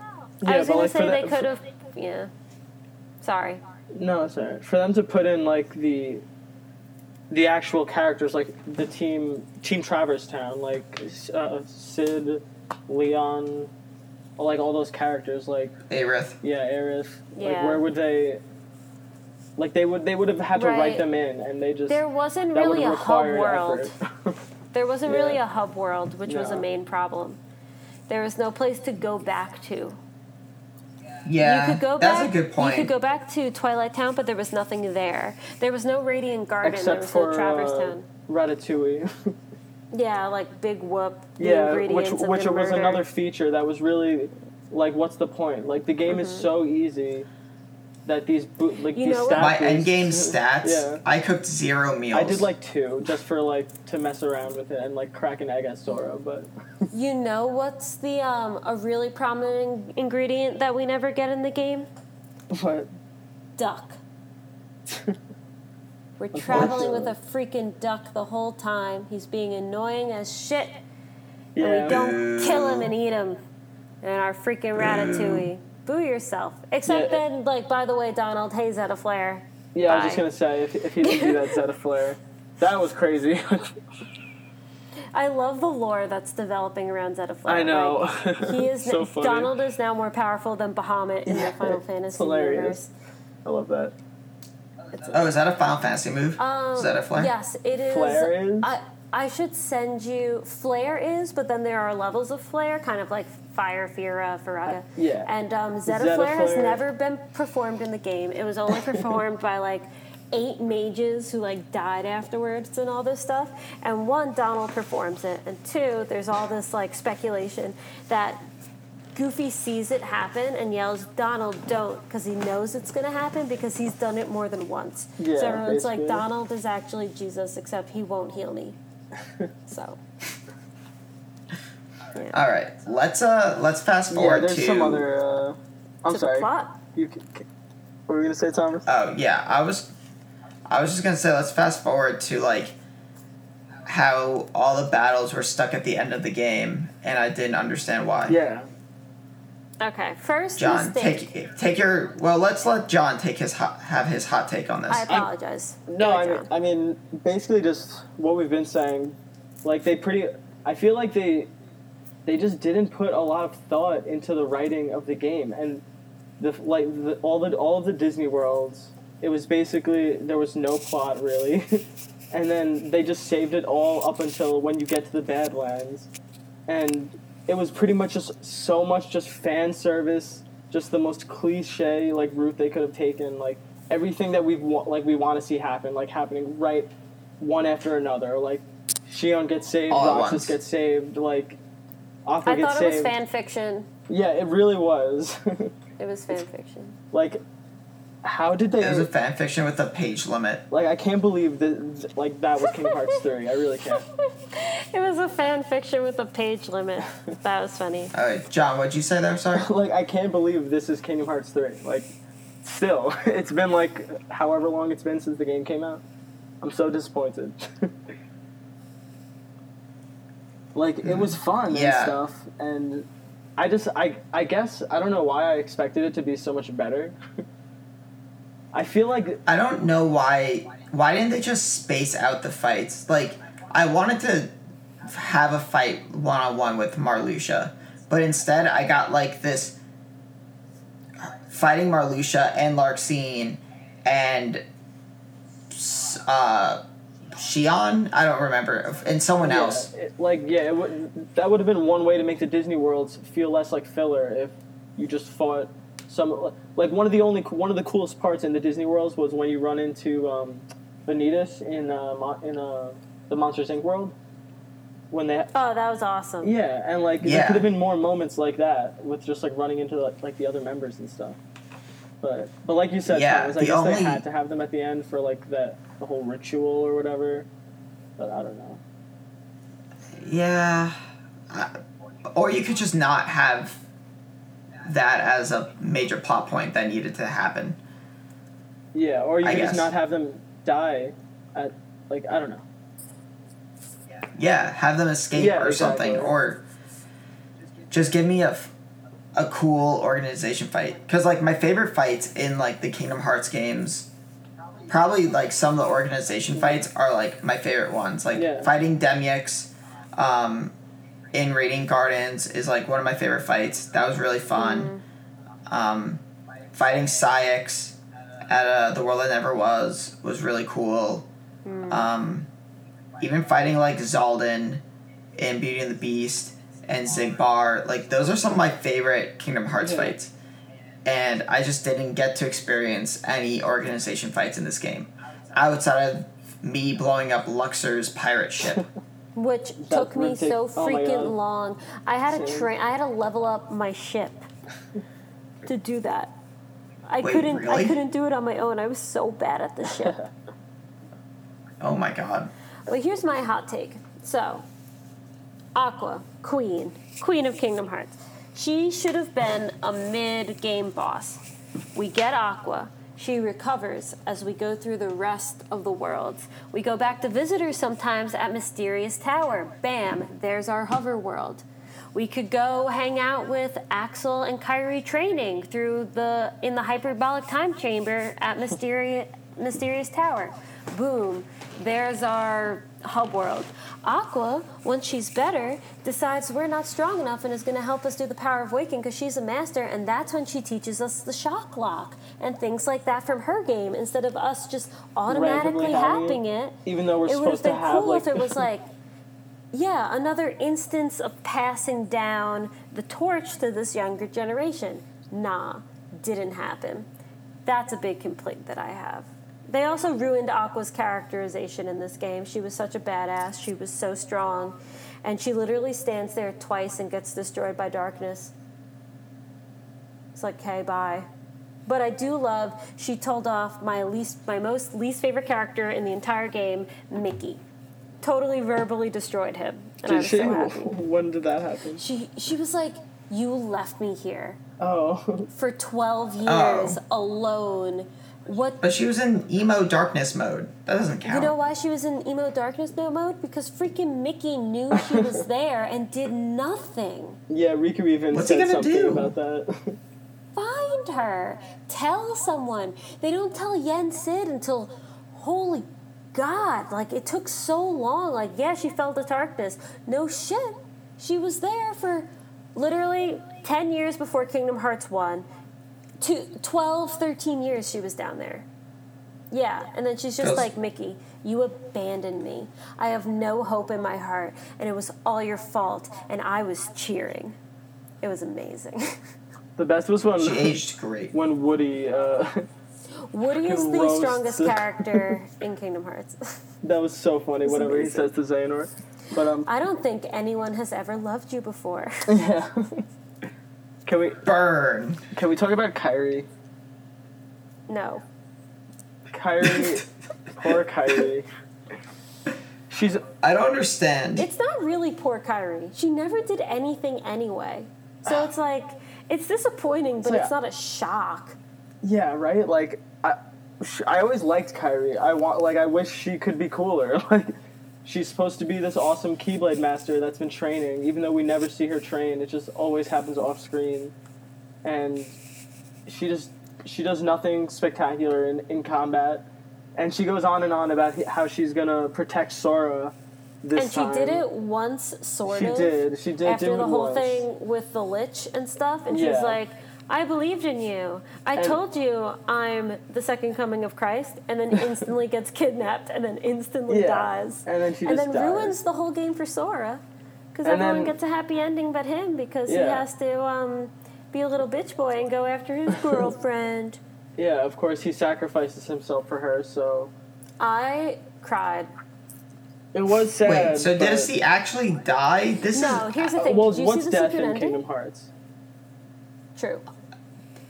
Yeah,
I was
but,
gonna
like, for
say
that-
they could have. Yeah. Sorry.
No, sorry. For them to put in like the the actual characters, like the team Team Traverse Town, like uh, Sid, Leon, like all those characters, like
Aerith.
yeah, Aerith. Like
Yeah.
where would they? Like they would they would have had to
Right.
write them in, and they just
There wasn't
that
really
would
a hub
require
world.
effort.
There wasn't
Yeah.
really a hub world, which was a
No.
main problem. There was no place to go back to.
Yeah.
you could go
that's
back.
a good point.
You could go back to Twilight Town, but there was nothing there. There was no Radiant Garden. there
except
was
for
no Traverse
uh,
Town.
Ratatouille.
Yeah, like Big Whoop. The
yeah,
ingredients
which
and
which
the
was
murder.
another feature that was really like, what's the point? Like the game is so easy that these bo- like
Mm-hmm. You
these
know what?
stats.
My endgame stats,
yeah.
I cooked zero meals.
I did like two just for like to mess around with it and like crack an egg at Sora, but
You know what's the um, a really prominent ingredient that we never get in the game?
but
Duck. We're traveling with a freaking duck the whole time. He's being annoying as shit. And
yeah,
we don't
Boo.
kill him and eat him. And our freaking ratatouille. Boo yourself. Except
Yeah.
then, like, by the way, Donald Hayes had a flare.
yeah. I was just
Bye.
gonna say if if he didn't do that set of flare, that was crazy.
I love the lore that's developing around Zeta Flare.
I know.
Like, he is
So funny.
Donald is now more powerful than Bahamut in the Final Fantasy
hilarious.
universe.
I love that.
oh, is that a Final Fantasy move? is that a flare?
Yes, it is.
Flare is?
I, I should send you. Flare is, but then there are levels of flare, kind of like fire, Fira, Faraga.
Uh, yeah.
And um, Zeta,
Zeta
flare, has
Flare.
never been performed in the game. It was only performed by like eight mages who like died afterwards and all this stuff. And one, Donald performs it, and two, there's all this like speculation that Goofy sees it happen and yells, Donald, don't, because he knows it's going to happen because he's done it more than once.
Yeah,
so everyone's like,
basically.
Donald is actually Jesus, except he won't heal me. so,
All right. Let's uh let's fast
Yeah,
forward
there's
to
some other. Uh, I'm
to
sorry.
the plot.
You, c- c- what were you gonna say, Thomas?
Oh yeah, I was I was just gonna say let's fast forward to like how all the battles were stuck at the end of the game and I didn't understand why.
Yeah.
Okay, first
John,
mistake.
take take your well. Let's let John take his hot, have his hot take on this.
I apologize.
No,
Go,
I mean,
John.
I mean, basically just what we've been saying. Like they pretty, I feel like they, they just didn't put a lot of thought into the writing of the game and the like the, all the all of the Disney worlds It was basically there was no plot really, and then they just saved it all up until when you get to the Badlands, and it was pretty much just so much just fan service, just the most cliche like route they could have taken, like everything that we've wa- like we want to see happen, like happening right one after another, like Shion gets saved,
All at
Roxas
once.
gets saved, like Aqua
I
gets
thought it
saved.
was fan fiction.
yeah, it really was.
It was fan fiction.
like how did they
It was a fan fiction with a page limit.
like i can't believe that like that was kingdom hearts 3 i really can't
It was a fan fiction with a page limit. That was funny.
All right, John, what'd you say there? Sorry.
like i can't believe this is kingdom hearts 3 like still it's been like however long it's been since the game came out i'm so disappointed like it was fun and
Yeah.
stuff and i just i i guess i don't know why i expected it to be so much better i feel like
I don't know why. Why didn't they just space out the fights? Like, I wanted to have a fight one on one with Marluxia, but instead I got like this fighting Marluxia and Larxene and s- uh, Shion. I don't remember and someone
Yeah,
else.
it- like yeah, it would, that would have been one way to make the Disney worlds feel less like filler if you just fought some like one of the only one of the coolest parts in the Disney worlds was when you run into um, Vanitas in uh, Mon- in uh, the Monsters Inc. world when they
Oh, that was awesome.
yeah and like there
Yeah.
could have been more moments like that with just like running into like, like the other members and stuff. But but like you said,
Yeah,
Thomas, I
the
guess they
only-
had to have them at the end for like the the whole ritual or whatever. But I don't know.
Yeah. Uh, Or you could just not have that as a major plot point that needed to happen.
Yeah, or you
I
could just
guess.
not have them die at like I don't know.
Yeah, have them escape
Yeah,
or something,
exactly.
or just give me a, f- a cool organization fight. Because like my favorite fights in like the Kingdom Hearts games, probably like some of the organization fights are like my favorite ones. Like
Yeah.
fighting Demyx, um, in Raiding Gardens is like one of my favorite fights. That was really
Mm-hmm.
fun. Um, fighting Psyx at uh, the World That Never Was was really cool.
Hmm.
Um, even fighting like Zaldin in Beauty and the Beast and Zigbar, like those are some of my favorite Kingdom Hearts
Yeah.
fights. And I just didn't get to experience any organization fights in this game outside of me blowing up Luxor's pirate ship.
Which took me
would take-
so
oh my
freaking
God.
long. I had to
Same.
train. I had to level up my ship to do that. I
Wait,
couldn't. I
really?
couldn't do it on my own. I was so bad at the ship.
oh my god.
Well, here's my hot take. So, Aqua, Queen, Queen of Kingdom Hearts. She should have been a mid game boss. We get Aqua. She recovers as we go through the rest of the worlds. We go back to visitors sometimes at Mysterious Tower. Bam, there's our hover world. We could go hang out with Axel and Kyrie training through the in the hyperbolic time chamber at Mysterious Mysterious Tower. Boom, there's our hub world. Aqua, once she's better, decides we're not strong enough and is going to help us do the power of waking because she's a master, and that's when she teaches us the shock lock and things like that from her game instead of us just automatically
Randomly
hacking
having
it.
even though we're
it would have
supposed to
been
have
cool
like
if it was like yeah, another instance of passing down the torch to this younger generation. Nah, didn't happen. That's a big complaint that I have. They also ruined Aqua's characterization in this game. She was such a badass, she was so strong, and she literally stands there twice and gets destroyed by darkness. It's like, hey, bye. But I do love she told off my least my most least favorite character in the entire game, Mickey. Totally verbally destroyed him. And I
did
was
she
so happy.
when did that happen?
She she was like, You left me here
Oh.
for twelve years alone. What
But she was in emo darkness mode. That doesn't count.
You know why she was in emo darkness no mode? Because freaking Mickey knew she was there and did nothing.
yeah, Riku even
What's he
said
gonna
something
do?
about that.
Find her. Tell someone. They don't tell Yen Sid until, holy God, like it took so long. Like, yeah, she fell to darkness. No shit. She was there for literally 10 years before Kingdom Hearts 1. Two, 12, 13 years she was down there. Yeah, and then she's just
Goes-
like, Mickey, you abandoned me. I have no hope in my heart, and it was all your fault, and I was cheering. It was amazing.
The best was when
She aged great.
when Woody. Uh,
Woody is the
Roast.
strongest character in Kingdom Hearts.
that was so funny. Whatever he
amazing.
says to Xehanort, but um,
I don't think anyone has ever loved you before.
yeah. can we
Burn.
can we talk about Kyrie?
No.
Kyrie, poor Kyrie. She's
I don't understand.
It's not really poor Kyrie. She never did anything anyway. So it's like, it's disappointing, but
So,
it's
yeah.
not a shock.
yeah, right. Like I, sh- I always liked Kyrie. I want like I wish she could be cooler. Like she's supposed to be this awesome Keyblade master that's been training, even though we never see her train. It just always happens off screen, and she just she does nothing spectacular in, in combat. And she goes on and on about h- how she's gonna protect Sora this
And she
time.
did it once, sort
She
of.
did. She did. do
after
it
the whole
once.
thing with the lich and stuff, and
Yeah.
she's like, "I believed in you. I
And-
told you I'm the second coming of Christ," and then instantly gets kidnapped, and then instantly
Yeah.
dies,
And then she
and then
just dies.
ruins the whole game for Sora, because
And
everyone
then-
gets a happy ending but him, because he
Yeah.
has to um, be a little bitch boy and go after his girlfriend.
Yeah, of course he sacrifices himself for her, so
I cried.
it was sad.
Wait, so
but-
Dynasty actually die? This
No,
is
here's the
Uh,
thing.
Well,
Did you
what's
see the
death
secret
in
ending?
Kingdom Hearts?
True.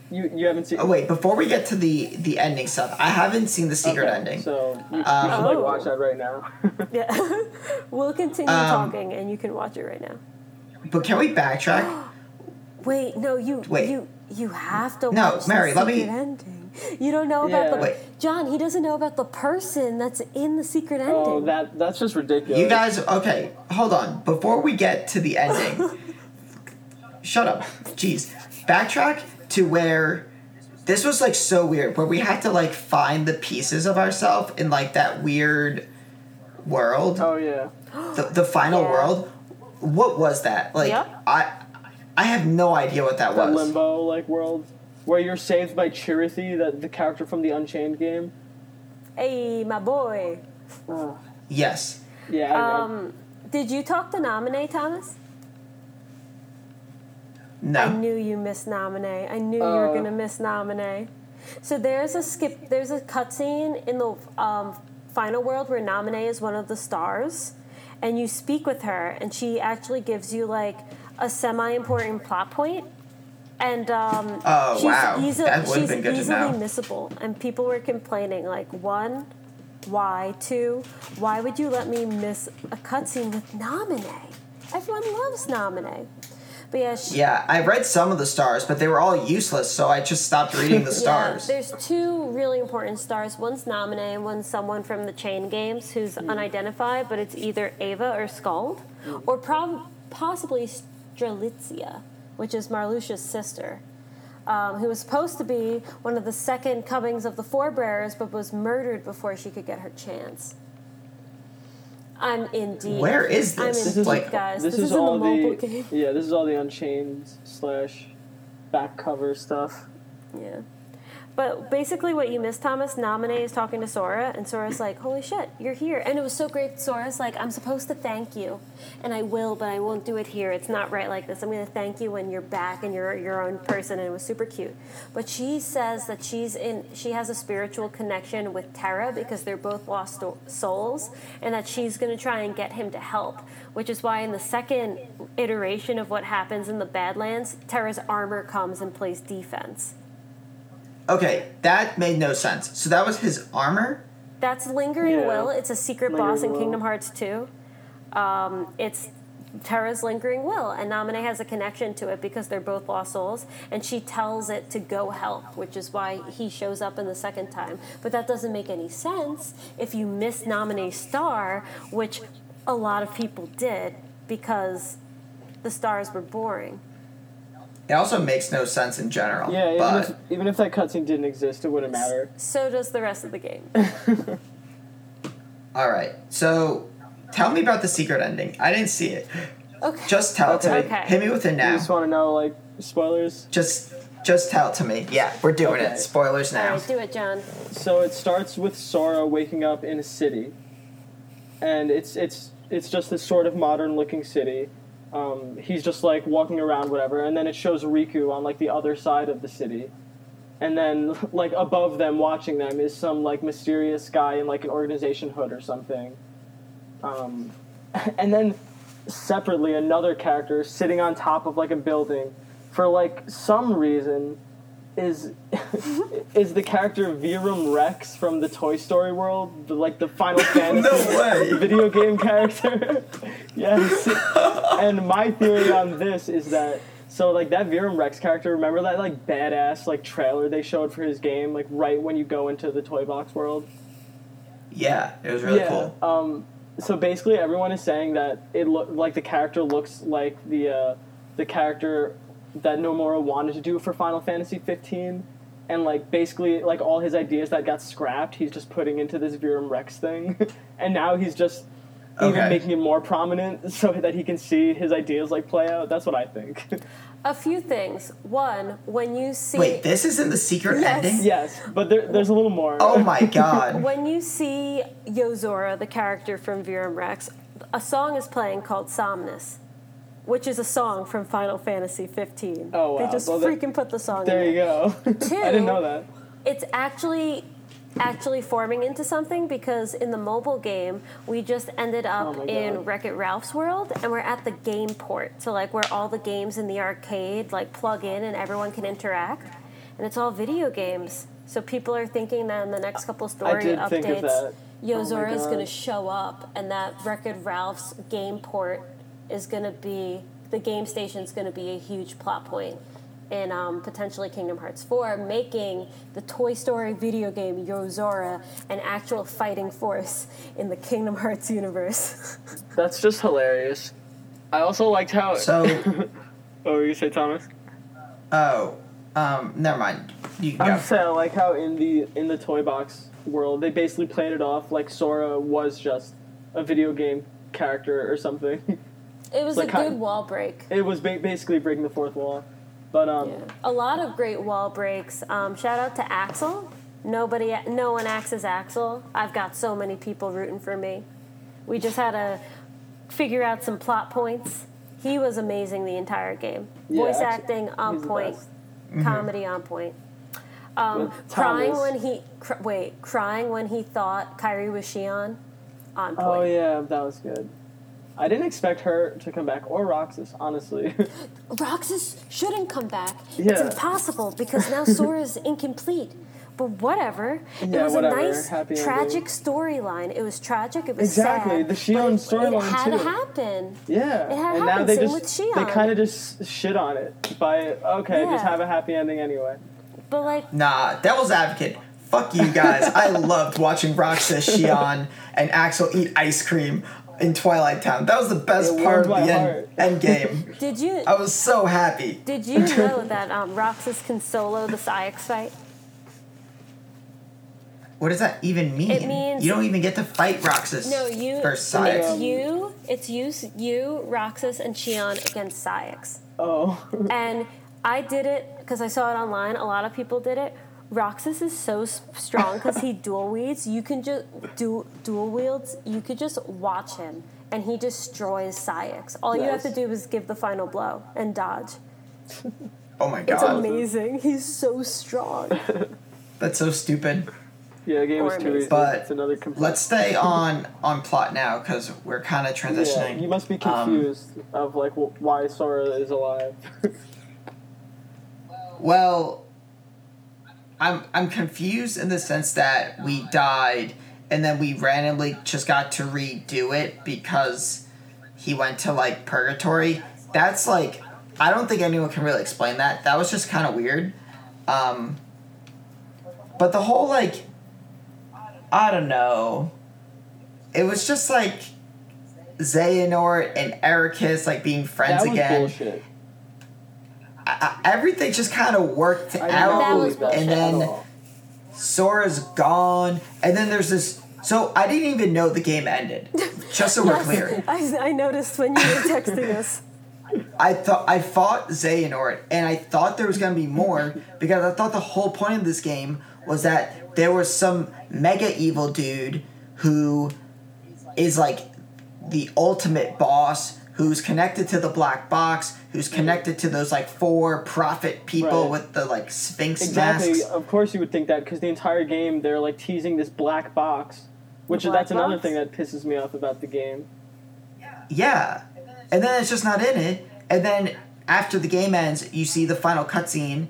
You you haven't seen.
Oh, wait, before we get to the the ending stuff, I haven't seen the secret
Okay,
ending.
So you, you should
Um,
like
Oh.
watch that right now.
Yeah. we'll continue
Um,
talking, and you can watch it right now.
But can we backtrack?
Wait, no, you
Wait.
you you have to
No,
watch the
Mary, let me-
secret ending. You don't know about
Yeah.
the
Wait.
John, he doesn't know about the person that's in the secret ending.
oh, that that's just ridiculous.
You guys, okay, hold on. Before we get to the ending, shut up. Jeez. Backtrack to where this was like so weird, where we had to like find the pieces of ourselves in like that weird world.
Oh yeah.
the, the final
Yeah.
world what was that like
Yep.
i i have no idea what that
That
was
limbo like world where you're saved by Chirithi, that the character from the Unchained game.
Hey, my boy.
Ugh.
yes
yeah. I, I-
Um, did you talk to Nominee, Thomas? I
no
knew you missed Nominee. I knew you were
Uh.
Oh.
gonna miss Nominee. So there's a skip. There's a cutscene in the um, final world where Nominee is one of the stars, and you speak with her, and she actually gives you like a semi-important plot point, and um,
Oh,
she's
wow.
easi-
That would've
she's
been good to
easily
know.
missable, and people were complaining like one. Why two? Why would you let me miss a cutscene with Nominee? Everyone loves Nominee. But yeah, she,
yeah i read some of the stars but they were all useless so i just stopped reading the stars
Yeah, there's two really important stars. One's Nominee and one's someone from the Chain Games who's
Hmm.
unidentified, but it's either Ava or Skald, or prob- possibly Strelitzia, which is Marluxia's sister, um, who was supposed to be one of the second comings of the Forebearers, but was murdered before she could get her chance. I'm in deep.
where is
I'm in
this,
deep,
is-
like
guys.
this,
is
is
in
all
the mobile game.
yeah. This is all the Unchained slash back cover stuff.
Yeah. But basically, what you missed, Thomas, Nominee is talking to Sora, and Sora's like, Holy shit, you're here. And it was so great. Sora's like, I'm supposed to thank you, and I will, but I won't do it here. It's not right like this. I'm going to thank you when you're back and you're your own person, and it was super cute. But she says that she's in, she has a spiritual connection with Terra because they're both lost o- souls, and that she's going to try and get him to help, which is why in the second iteration of what happens in the Badlands, Terra's armor comes and plays defense.
okay that made no sense so that was his armor
That's Lingering
Yeah.
Will. It's a secret
Lingering
boss in
Will.
Kingdom Hearts 2. Um, it's Terra's Lingering Will, and Naminé has a connection to it because they're both lost souls, and she tells it to go help, which is why he shows up in the second time. But that doesn't make any sense if you miss Naminé's star, which a lot of people did because the stars were boring.
it also makes no sense in general
Yeah, even,
but
if, even if that cutscene didn't exist, it wouldn't matter.
So does the rest of the game.
all right so tell me about the secret ending i didn't see it
Okay.
just tell it to me
Okay.
hit me with it
You
now
just want to know, like, spoilers?
just Just tell it to me. Yeah, we're doing
Okay.
it. Spoilers
All
now.
right, do it, John.
So it starts with Sora waking up in a city, and it's it's it's just this sort of modern-looking city. Um, he's just like walking around, whatever, and then it shows Riku on like the other side of the city, and then like above them, watching them, is some like mysterious guy in like an organization hood or something. Um, and then separately, another character sitting on top of like a building, for like some reason, is is the character Virum Rex from the Toy Story world, the, like the Final Fantasy
way.
video game character. yes. and my theory on this is that so like that Virum Rex character, remember that like badass like trailer they showed for his game, like right when you go into the toy box world?
Yeah, it was really
yeah.
cool.
Um so basically everyone is saying that it look like the character looks like the uh the character that Nomura wanted to do for Final Fantasy 15 and like basically like all his ideas that got scrapped, he's just putting into this Virum Rex thing. and now he's just even
Okay.
making him more prominent so that he can see his ideas like play out. That's what I think.
A few things. One, when you see
Wait, this isn't the secret
Yes.
ending?
yes, but there, there's a little more.
Oh my god.
when you see Yozora, the character from Virum Rex, a song is playing called Somnus, which is a song from Final Fantasy 15.
Oh, wow.
They just
Well, that-
freaking put the song
There
in.
you go. I didn't know that.
it's actually actually forming into something because in the mobile game we just ended up
Oh my
in
God.
Wreck-It Ralph's world and we're at the game port so like where all the games in the arcade like plug in and everyone can interact and it's all video games so people are thinking that in the next couple story
did
updates
think of that.
Yozora is
Oh God.
going to show up and that Wreck-It Ralph's game port is going to be the game station is going to be a huge plot point in um, potentially Kingdom Hearts 4, making the Toy Story video game Yozora an actual fighting force in the Kingdom Hearts universe.
That's just hilarious. I also liked how.
So-
oh, were you say Thomas?
Oh, um, never mind. You can
I'm
go.
just saying, I like how in the in the toy box world, they basically played it off like Sora was just a video game character or something.
It was
Like
a
how-
good wall break.
it was ba- basically breaking the fourth wall. But um,
Yeah. A lot of great wall breaks. Um, shout out to Axel. Nobody, no one axes Axel. I've got so many people rooting for me. We just had to figure out some plot points. He was amazing the entire game.
Yeah,
Voice
Axel-
acting on
he's the
point,
best.
comedy on point. Um,
With
crying
Thomas.
when he cr- wait, crying when he thought Kyrie was Shion. On point.
oh yeah, that was good. I didn't expect her to come back or Roxas, honestly.
Roxas shouldn't come back. It's
Yeah.
impossible because now Sora's incomplete. But whatever. it
Yeah,
was
whatever.
a nice,
Happy
tragic storyline. It was tragic. It was
Exactly.
sad,
The
but
Shion
it-
storyline,
It had to
too.
happen.
yeah,
It had
and now
happened,
they
same
just
with
they
Shion.
kind of just shit on it by okay,
Yeah.
just have a happy ending anyway.
But like,
Nah, Devil's Advocate. Fuck you guys. I loved watching Roxas, Shion, and Axel eat ice cream in Twilight Town. That was the best
It
part of the
warmed my
end,
heart.
end game.
did you
I was so happy.
did you know that um, Roxas can solo the Cyx fight?
What does that even mean?
It means-
you don't even get to fight Roxas.
No, you.
Versus Syax.
It's you. It's you. You, Roxas, and Shion against Cyx.
Oh,
and I did it because I saw it online. A lot of people did it. Roxas is so s- strong because he dual wields. You can just do dual wields. You could just watch him, and he destroys Cyx. All you have to
Nice.
do is give the final blow and dodge.
oh my
It's
god.
amazing. He's so strong.
That's so stupid.
yeah, the game
Or
was too
amazing.
easy.
But
it's another complete.
Let's stay on on plot now because we're kind of
Yeah,
transitioning.
you must be
Um,
confused of like wh- why Sora is alive.
Well, I'm I'm confused in the sense that we died and then we randomly just got to redo it because he went to like purgatory. That's like I don't think anyone can really explain that. That was just kind of weird. Um but the whole like I don't know. It was just like Xehanort and Ericus like being friends
that was
again.
bullshit.
I, I- uh, everything just kind of worked
I did
out,
not
That was
believe that
and
bullshit.
at
then
all.
Sora's gone, and then there's this. So I didn't even know the game ended. Just so we're clear,
I, I noticed when you were texting us.
I thought I fought Xehanort, and I thought there was gonna be more because I thought the whole point of this game was that there was some mega evil dude who is like the ultimate boss who's connected to the black box, who's connected to those like four prophet people
Right.
with the like sphinx
Exactly.
masks.
Of course, you would think that because the entire game they're like teasing this black box, which
The
that's
black
another
box?
thing that pisses me off about the game.
Yeah. And then it's just not in it. And then after the game ends, you see the final cutscene.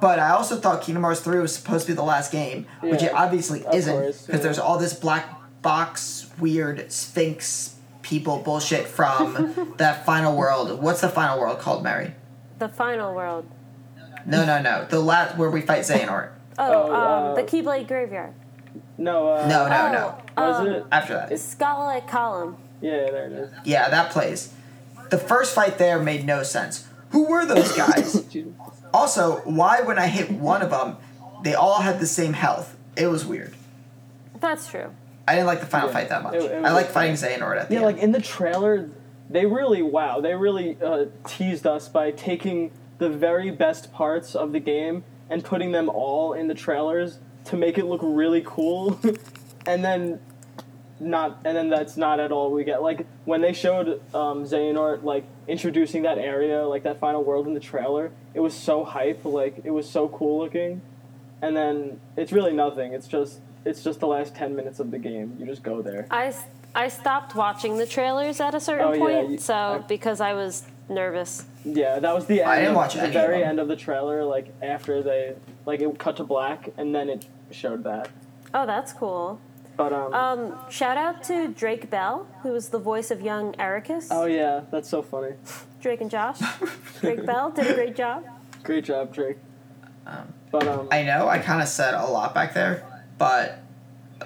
But I also thought Kingdom Hearts 3 was supposed to be the last game, which it
Yeah,
obviously
of
isn't.
course,
Because
yeah.
there's all this black box, weird Sphinx people bullshit from that final world. What's the final world called, Mary?
The final world.
No, no, no. The last where we fight Xehanort.
Oh, um,
Oh, uh,
the Keyblade Graveyard.
No. Uh,
No, no,
oh,
no.
Was
um,
it?
After that.
Scala Column.
Yeah, there it is.
Yeah, that place. The first fight there made no sense. Who were those guys?
Excuse me.
Also, why when I hit one of them, they all had the same health? It was weird.
That's true.
I didn't like the final
Yeah.
fight that much.
It- it
I
was-
like fighting Xehanort at the
Yeah,
end.
like in the trailer, they really wow, they really uh, teased us by taking the very best parts of the game and putting them all in the trailers to make it look really cool, and then not, and then that's not at all we get. Like when they showed um, Xehanort like introducing that area, like that final world in the trailer, it was so hype, like it was so cool looking, and then it's really nothing. It's just. It's just the last ten minutes of the game. You just go there.
I, s- I stopped watching the trailers at a certain
Oh, yeah,
point,
you-
so
I-
because I was nervous.
Yeah, that was the end.
I didn't
of-
watch
the
any of
very
them.
end of the trailer. Like after they, like it cut to black, and then it showed that.
Oh, that's cool.
But um,
Um, shout out to Drake Bell, who was the voice of young Ericus.
oh yeah, that's so funny.
Drake and Josh. Drake Bell did a great job.
Great job, Drake.
Um,
But um,
I know I kind of said a lot back there, but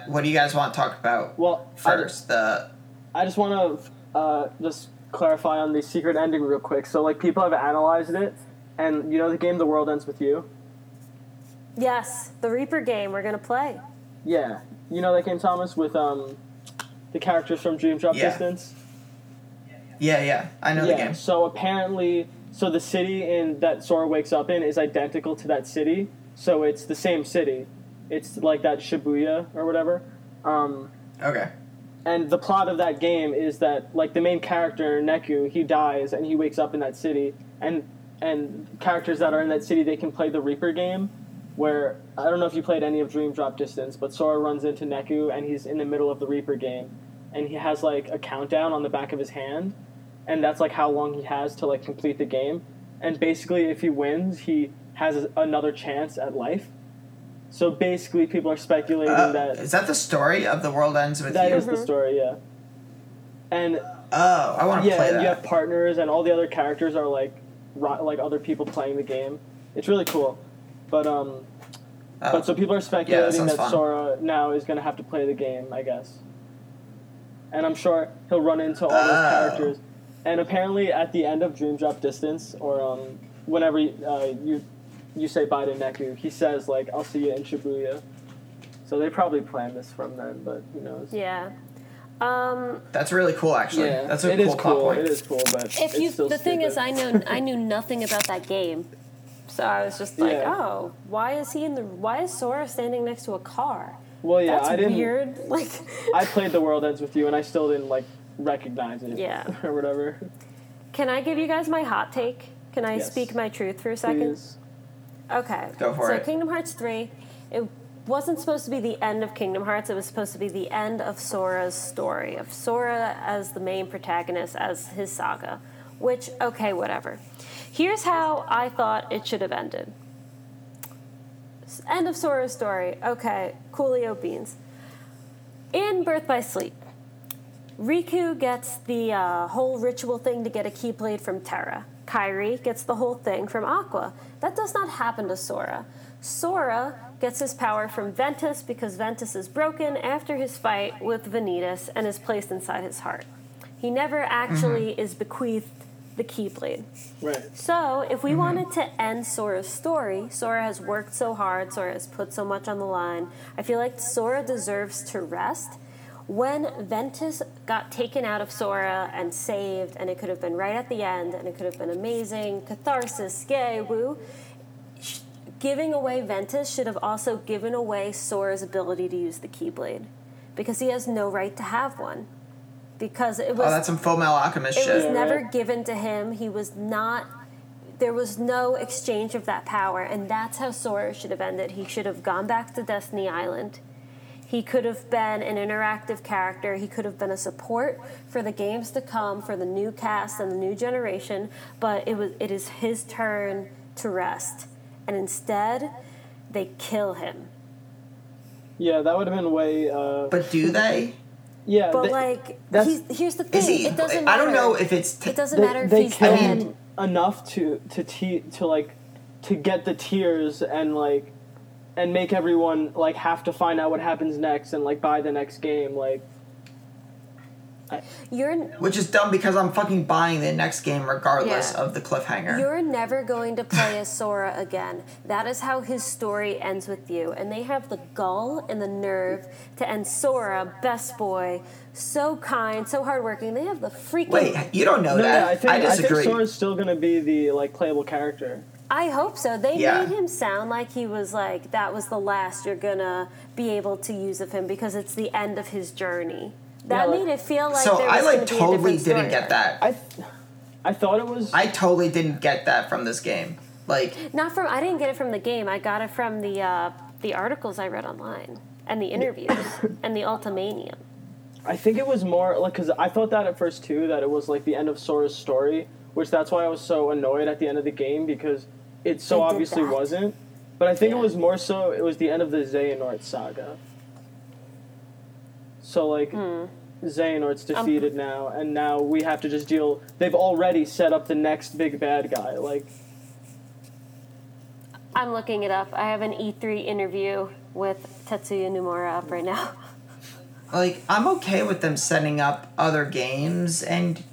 what do you guys want to talk about
well, I just,
first? The
I just want to uh, just clarify on the secret ending real quick. So like people have analyzed it, and you know the game The World Ends with You.
Yes, the Reaper game we're gonna play.
Yeah, you know that game, Thomas, with um, the characters from Dream Drop
Yeah.
Distance.
yeah, yeah, I know the game.
So apparently, so the city in that Sora wakes up in is identical to that city. So it's the same city. It's like that Shibuya or whatever. Um,
Okay,
and the plot of that game is that like the main character Neku, he dies and he wakes up in that city. And and characters that are in that city, they can play the Reaper game, where I don't know if you played any of Dream Drop Distance, but Sora runs into Neku and he's in the middle of the Reaper game, and he has like a countdown on the back of his hand, and that's like how long he has to like complete the game. And basically, if he wins, he has another chance at life. So basically, people are speculating
Uh,
that
is that the story of the world ends with
that
you?
is the story, yeah. And
oh, I want to
yeah,
play
and you
that.
have partners, and all the other characters are like, ro- like other people playing the game. It's really cool, but um,
Oh.
but so people are speculating
sounds
that
fun.
Sora now is gonna have to play the game, I guess. And I'm sure he'll run into all
Oh.
those characters. And apparently, at the end of Dream Drop Distance, or um, whenever uh, you you say bye to Neku, he says like, "I'll see you in Shibuya." So they probably planned this from then, but who knows?
Yeah. Um,
That's really cool, actually. That's a
it
cool,
is
plot point.
It is cool, but
if
it's
you,
still
the thing is, I know
stupid.
I knew nothing about that game, so I was just like,
Yeah.
oh, why is he in the? Why is Sora standing next to a car?
Well, yeah,
That's
I didn't.
weird. Like,
I played The World Ends with You, and I still didn't like recognize it.
Yeah.
or whatever.
can I give you guys my hot take? Can I
Yes.
speak my truth for a second?
Please.
Okay.
Go for
so
it.
Kingdom Hearts 3, it wasn't supposed to be the end of Kingdom Hearts. It was supposed to be the end of Sora's story, of Sora as the main protagonist, as his saga, which, okay, whatever. Here's how I thought it should have ended. S- End of Sora's story. Okay, Coolio Beans. In Birth by Sleep, Riku gets the uh, whole ritual thing to get a keyblade from Terra. Kairi gets the whole thing from Aqua. That does not happen to Sora. Sora gets his power from Ventus because Ventus is broken after his fight with Vanitas and is placed inside his heart. He never actually is bequeathed the keyblade.
Right.
So, if we
Mm-hmm.
wanted to end Sora's story, Sora has worked so hard, Sora has put so much on the line. I feel like Sora deserves to rest. when Ventus got taken out of Sora and saved, and it could have been right at the end, and it could have been amazing, catharsis, yay, woo. sh- Giving away Ventus should have also given away Sora's ability to use the Keyblade, because he has no right to have one. Because it was
Oh, that's some Full Metal Alchemist
it
shit.
was never
right?
given to him. He was not. There was no exchange of that power, and that's how Sora should have ended. He should have gone back to Destiny Island. He could have been an interactive character. He could have been a support for the games to come, for the new cast and the new generation. But it was it is his turn to rest, and instead, they kill him.
Yeah, that would have been way. Uh,
But do they?
yeah,
But
they,
like,
that's-
he's, here's the thing:
Is he?
it doesn't.
I
Matter.
don't know if it's. T-
It doesn't
they,
matter if
they
he's
killed
dead.
him enough to to te- to like to get the tears and like and make everyone like have to find out what happens next and like buy the next game. Like,
You're
which is dumb because I'm fucking buying the next game regardless
Yeah.
of the cliffhanger.
You're never going to play as Sora again. That is how his story ends with you. And they have the gall and the nerve to end Sora, best boy, so kind, so hardworking. They have the freaking.
Wait, you don't know
no,
that.
yeah, I think
I disagree.
think Sora's still gonna be the like playable character.
I hope so. They
Yeah.
made him sound like he was like, that was the last you're gonna be able to use of him because it's the end of his journey. That
Yeah, like-
made it feel like
so
there was
I
gonna
like
be a
totally
different
didn't
story
get
arc.
that.
I th- I thought it was.
I totally didn't get that from this game. Like,
Not from. I didn't get it from the game. I got it from the uh, the articles I read online and the interviews and the Ultimanium.
I think it was more like because I thought that at first too that it was like the end of Sora's story, which that's why I was so annoyed at the end of the game because it so
They did
obviously
that.
wasn't. But I think it
Yeah.
was more so it was the end of the Xehanort saga. So like
Hmm.
Xehanort's
Um,
defeated now, and now we have to just deal. They've already set up the next big bad guy. Like
I'm looking it up. I have an E3 interview with Tetsuya Nomura up right now.
like I'm okay with them setting up other games and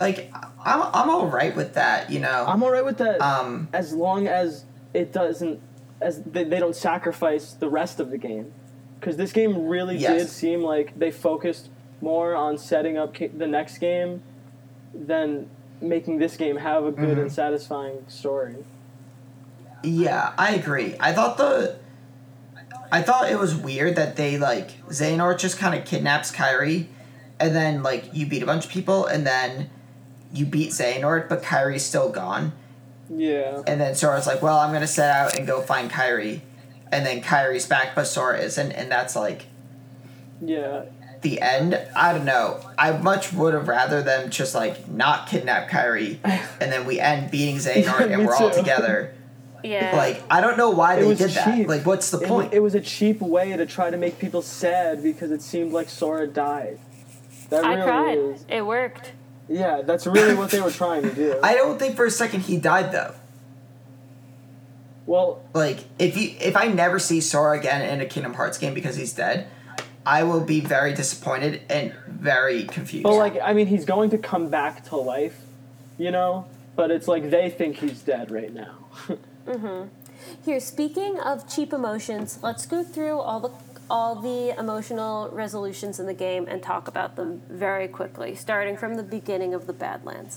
like I'm I'm all right with that. You know.
I'm alright with that
um.
as long as it doesn't as they, they don't sacrifice the rest of the game because this game really
Yes.
did seem like they focused more on setting up ca- the next game than making this game have a good and satisfying story
Yeah, I agree. I thought the. I thought it was weird that they like Xehanort just kind of kidnaps Kyrie, and then like you beat a bunch of people, and then you beat Xehanort, but Kyrie's still gone.
yeah
And then Sora's like, "Well, I'm gonna set out and go find Kyrie," and then Kyrie's back, but Sora isn't, and that's like
yeah
the end. I don't know. I much would have rather them just like not kidnap Kyrie, and then we end beating Xehanort,
Yeah,
and
me
we're all
too.
together.
Yeah.
Like I don't know why
it
they
was
did
cheap
that. Like, what's the
It wa-
point?
it was a cheap way to try to make people sad because it seemed like sora died that
I
really
cried.
is
It worked.
yeah that's really what they were trying to do
I don't think for a second he died though.
well
Like if you if I never see Sora again in a Kingdom Hearts game because he's dead, I will be very disappointed and very confused.
But like, I mean, he's going to come back to life, you know. But it's like they think he's dead right now.
Here, speaking of cheap emotions, let's go through all the all the emotional resolutions in the game and talk about them very quickly, starting from the beginning of the Badlands.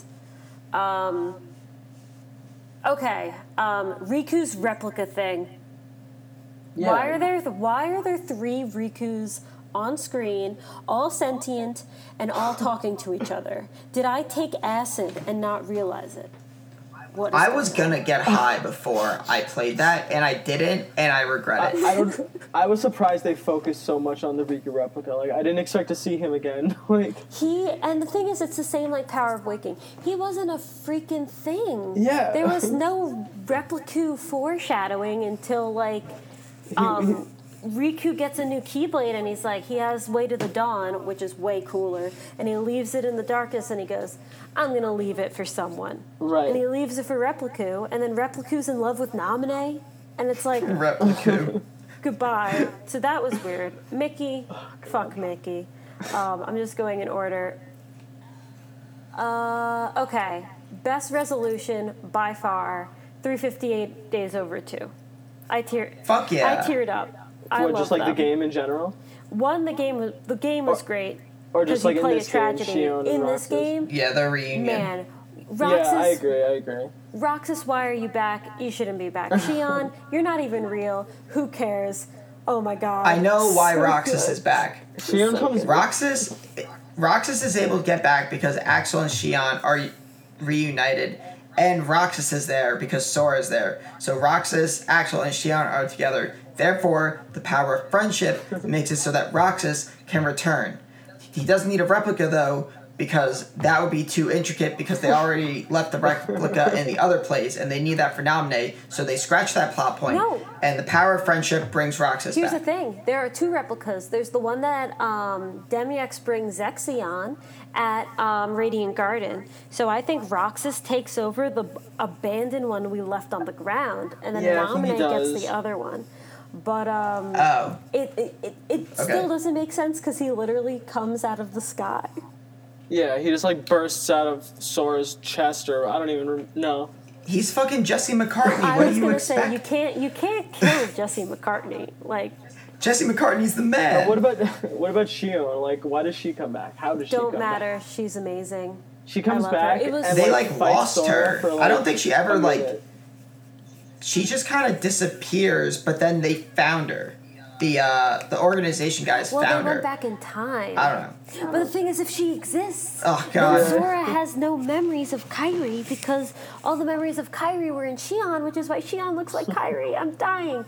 Um, okay, um, Riku's replica thing. Why are there why are there three Rikus on screen, all sentient and all talking to each other? Did I take acid and not realize it? What is
I
going
was
on?
gonna get high before I played that, and I didn't, and I regret it.
I don't. I was surprised they focused so much on the Riku replica. Like, I didn't expect to see him again. like,
He and the thing is, it's the same like Power of Waking. He wasn't a freaking thing.
Yeah.
There was no replica foreshadowing until like
he-
um, Riku gets a new Keyblade and he's like, he has Way to the Dawn, which is way cooler, and he leaves it in the darkness and he goes, I'm gonna leave it for someone.
Right.
And he leaves it for Repliku, and then Repliku's in love with Naminé, and it's like
Repliku.
goodbye. So that was weird. Mickey, fuck Mickey. Um, I'm just going in order. Uh, okay, best resolution by far. 358 days over two. I tear.
Fuck yeah.
I teared up. I
what,
love
just like the
them.
game in general.
one the game was the game was great
Or
because
just
you
like in
play a
this game,
tragedy.
Shion and
in this
Roxas.
game,
Yeah, the reunion.
man,
Yeah, I
Roxas,
agree. I agree.
Roxas, why are you back? You shouldn't be back. Shion, you're not even real. Who cares? Oh my god.
I know why
So
Roxas
good.
is back.
Shion comes
Roxas, Roxas is able to get back because Axel and Shion are reunited, and Roxas is there because Sora is there. So Roxas, Axel, and Shion are together. Therefore, the power of friendship makes it so that Roxas can return. He doesn't need a replica though, because that would be too intricate. Because they already left the replica in the other place, and they need that for Nominate. So they scratch that plot point,
No.
and the power of friendship brings Roxas
Here's
back.
the thing: there are two replicas. There's the one that um, Demiex brings Zexion at um, Radiant Garden. So I think Roxas takes over the b- abandoned one we left on the ground, and then
Yeah, I think he
Nominee gets
does.
the other one. But um,
Oh,
it it, it, it still doesn't make sense because he literally comes out of the sky.
Yeah, he just like bursts out of Sora's chest, or I don't even rem- know.
He's fucking Jesse McCartney.
I
what
was
do you
gonna
expect?
say you can't you can't kill Jesse McCartney. Like
Jesse McCartney's the man.
What about what about Shion? Like, why does she come back? How does she
don't
come
matter. She's amazing.
Back? She comes
love her.
back.
It was-
and,
they
like,
like,
fights
lost
Sora
her.
for,
I
like,
don't think she ever
a
like.
minute.
She just kind of disappears, but then they found her. The uh the organization guys
Well,
found
they
her.
went back in time.
I don't know.
But the thing is, if she exists,
Oh
then
god.
Sora has no memories of Kyrie because all the memories of Kyrie were in Shion, which is why Shion looks like Kyrie. I'm dying.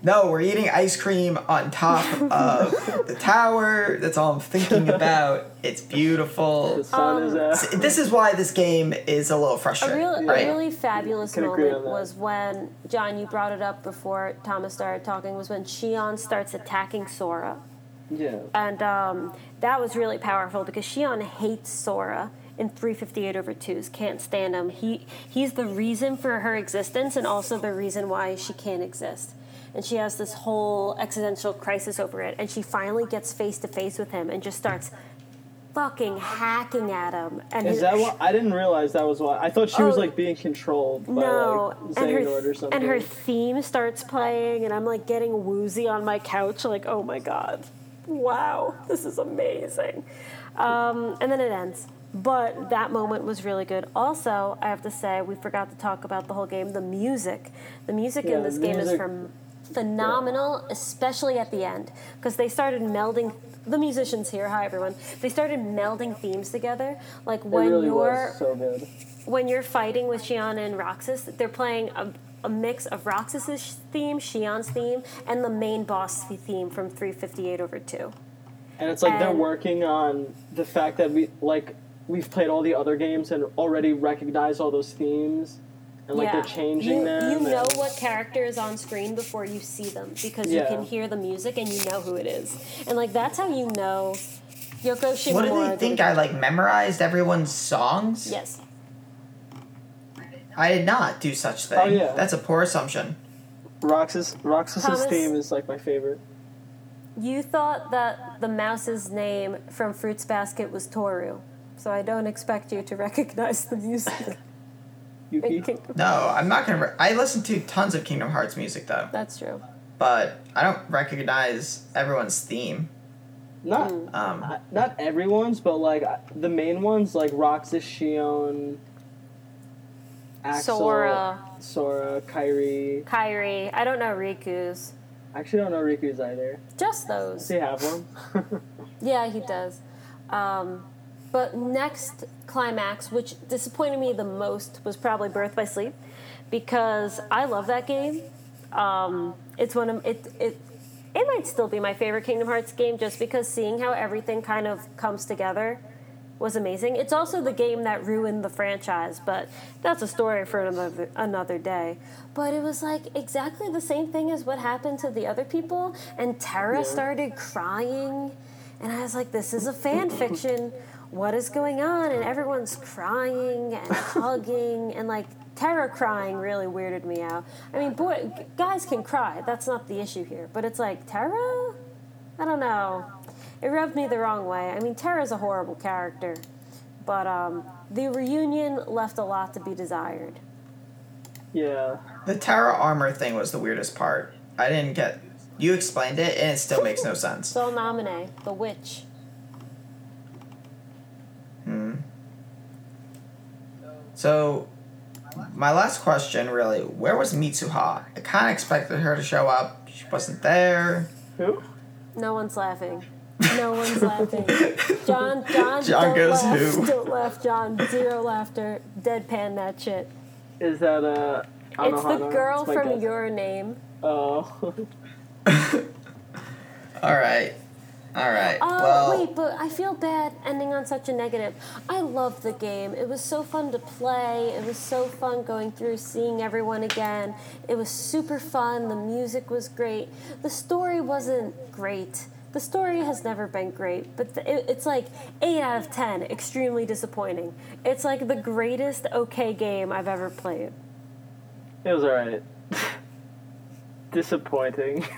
No, we're eating ice cream on top of the tower. That's all I'm thinking about. It's beautiful.
The sun
Um,
is uh, out.
This is why this game is a little frustrating.
A real, a
right?
really fabulous
Can agree
moment
on that.
was when John, you brought it up before Thomas started talking, was when Shion starts attacking Sora.
Yeah.
And um, that was really powerful because Shion hates Sora in 358 over 2s, can't stand him. He, he's the reason for her existence and also the reason why she can't exist. And she has this whole existential crisis over it. And she finally gets face to face with him and just starts fucking hacking at him. And
Is
his-
that why? I didn't realize that was why. I thought she was
Oh.
like being controlled by
No,
like
and her
Xehanort or
th-
something.
and her theme starts playing, and I'm like getting woozy on my couch, like oh my god, wow, this is amazing. Um, and then it ends. But that moment was really good. Also, I have to say we forgot to talk about the whole game. The music, the music
Yeah,
in
the
this game is
music-
from phenomenal, especially at the end, because they started melding the musicians here. Hi everyone. They started melding themes together. Like
It
when
really
you're
was so good.
when you're fighting with Shion and Roxas, they're playing a, a mix of Roxas's theme, Shion's theme, and the main boss theme from 358 over 2.
And it's like they're
And-
working on the fact that we like we've played all the other games and already recognize all those themes, and like they're changing
you,
them.
You
and-
know what character is on screen before you see them because
Yeah.
you can hear the music and you know who it is. And like that's how you know Yoko Shimomura.
What do they
did
think?
it-
I like memorized everyone's songs.
Yes.
I did not do such thing.
Oh, yeah.
That's a poor assumption.
Roxas Roxas's
Thomas-
theme is like my favorite.
You thought that the mouse's name from Fruits Basket was Toru. So I don't expect you to recognize the music.
Yuki.
No, I'm not gonna. Re- I listen to tons of Kingdom Hearts music though,
That's true.
but I don't recognize everyone's theme.
Not
mm.
Um,
Uh,
not everyone's, but like the main ones, like Roxas, Shion, Axel,
Sora.
Sora, Kyrie.
Kyrie. I don't know Riku's.
I actually don't know Riku's either.
Just those.
Does he have one?
Yeah, he does. Um, but next climax, which disappointed me the most, was probably Birth by Sleep, because I love that game. Um, it's one of it it. It might still be my favorite Kingdom Hearts game just because seeing how everything kind of comes together was amazing. It's also the game that ruined the franchise, but that's a story for another another day. But it was like exactly the same thing as what happened to the other people, and Tara
Yeah.
started crying, and I was like, "This is a fan fiction. What is going on?" And everyone's crying and hugging, and like Tara crying really weirded me out. I mean, boy, g- guys can cry. That's not the issue here, but it's like Tara. I don't know. It rubbed me the wrong way. I mean, Tara's a horrible character, but um, the reunion left a lot to be desired.
yeah.
the Terra armor thing was the weirdest part. I didn't get You explained it, and it still makes no sense.
Sol Nomine, the witch.
Hmm. So, my last question really where was Mitsuha? I kind of expected her to show up. She wasn't there.
Who?
No one's laughing. No one's laughing. John, John,
John
don't
goes
laugh.
who?
Don't laugh, John. Zero laughter. Deadpan that shit.
Is that uh? Anohana?
it's the girl
That's my
from
guess.
Your Name.
Oh.
All right. All right.
Oh
well,
wait, but I feel bad ending on such a negative. I loved the game. It was so fun to play. It was so fun going through, seeing everyone again. It was super fun. The music was great. The story wasn't great. The story has never been great, but the, it, it's like eight out of ten. Extremely disappointing. It's like the greatest okay game I've ever played.
It was alright. Disappointing.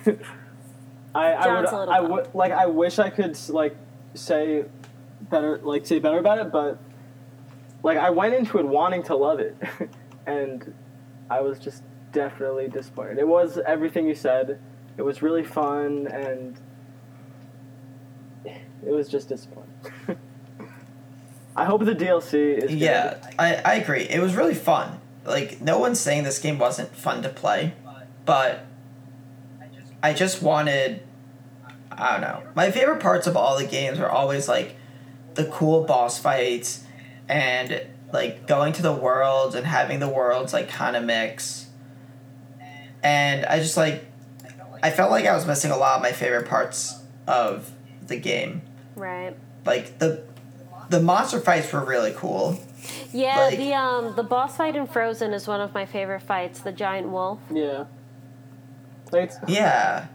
I, I would,
John's a little
I would, like, I wish I could like say better, like say better about it, but like I went into it wanting to love it, and I was just definitely disappointed. It was everything you said. It was really fun, and it was just disappointing. I hope the DLC is good.
yeah, I, I agree. It was really fun. Like, no one's saying this game wasn't fun to play, but I just wanted. I don't know. My favorite parts of all the games were always, like, the cool boss fights and, like, going to the worlds and having the worlds, like, kind of mix. And I just, like, I felt like I was missing a lot of my favorite parts of the game.
Right.
Like, the. The monster fights were really cool.
Yeah,
Like-
the um the boss fight in Frozen is one of my favorite fights, the giant wolf.
Yeah. Like, it's,
Yeah.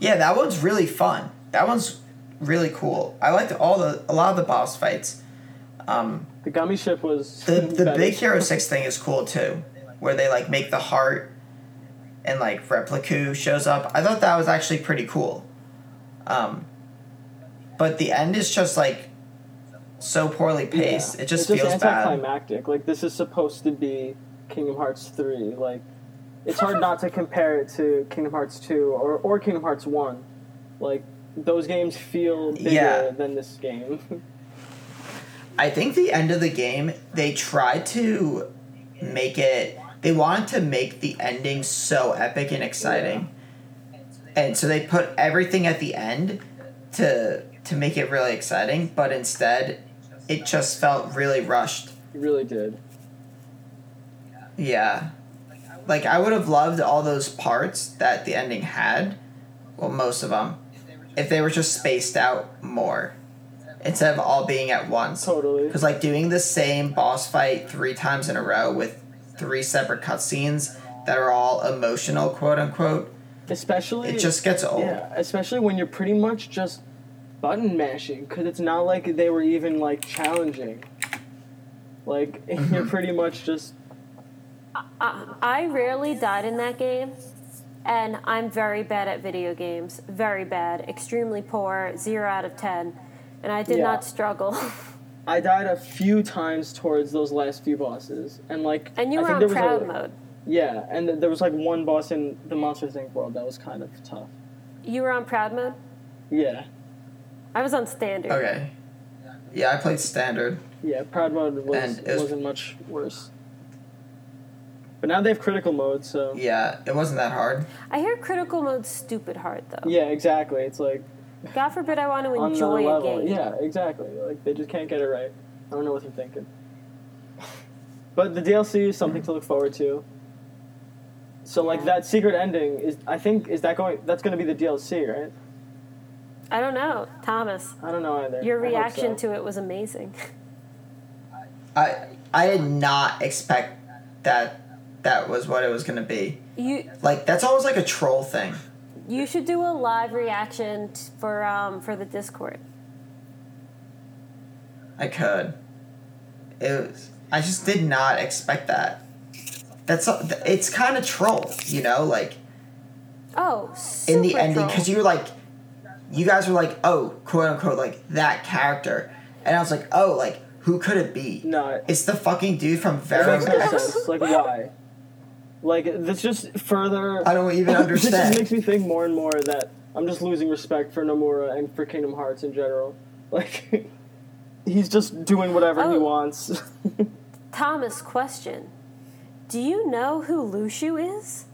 Yeah, that one's really fun. That one's really cool. I liked all the a lot of the boss fights. Um,
The gummy ship was
the the
better.
Big Hero Six thing is cool too, where they like make the heart, and like Replicu shows up. I thought that was actually pretty cool. Um, but the end is just like so poorly
Yeah.
paced. It just
it's
feels
just
bad.
anticlimactic. Like this is supposed to be Kingdom Hearts three. Like it's hard not to compare it to Kingdom Hearts two or or Kingdom Hearts one. Like those games feel bigger
Yeah.
than this game.
I think the end of the game they tried to make it. They wanted to make the ending so epic and exciting, and so they put everything at the end to to make it really exciting. But instead, it just felt really rushed.
it really did.
Yeah, like I would have loved all those parts that the ending had. Well, most of them, if they were just spaced out more, instead of all being at once.
Totally.
Because like doing the same boss fight three times in a row with three separate cutscenes that are all emotional, quote unquote,
Especially
it just gets old.
yeah. Especially when you're pretty much just button mashing because it's not like they were even like challenging. Like you're pretty much just
I, I rarely died in that game, and I'm very bad at video games. Very bad. Extremely poor. Zero out of ten. And I did
Yeah.
not struggle.
I died a few times towards those last few bosses, and like
and you
I
were
think
on
there was
proud
a,
mode.
Yeah, and th- there was like one boss in the Monsters Inc. world that was kind of tough.
You were on proud mode?
Yeah,
I was on standard.
Oh,
Okay. Yeah, I played standard.
yeah, proud mode was,
And it was-
was not much worse. But now they have critical mode, so
Yeah, it wasn't that hard.
I hear critical mode's stupid hard though.
yeah, exactly. It's like
God forbid I want to
on another
enjoy a
level.
game.
Yeah, exactly. Like they just can't get it right. I don't know what they're thinking. But the DLC is something to look forward to. So like that secret ending is I think is that going that's going to be the DLC, right?
I don't know, Thomas.
I don't know either.
Your
I hope
reaction
so.
to it was amazing.
I I did not expect that that was what it was gonna be.
You
Like that's always like a troll thing.
you should do a live reaction t- for um for the Discord.
I could. It was, I just did not expect that. That's a- it's kind of troll, you know, like
Oh, super
in the ending
troll.
because you were like, you guys were like, oh, quote unquote, like that character, and I was like, oh, like who could it be?
No, it
It's the fucking dude from
it
Verum
makes no
X.
sense. Like why? Like this just further.
I don't even
This
understand.
just makes me think more and more that I'm just losing respect for Nomura and for Kingdom Hearts in general. Like he's just doing whatever he
Oh.
wants.
Thomas, question. Do you know who Lushu is?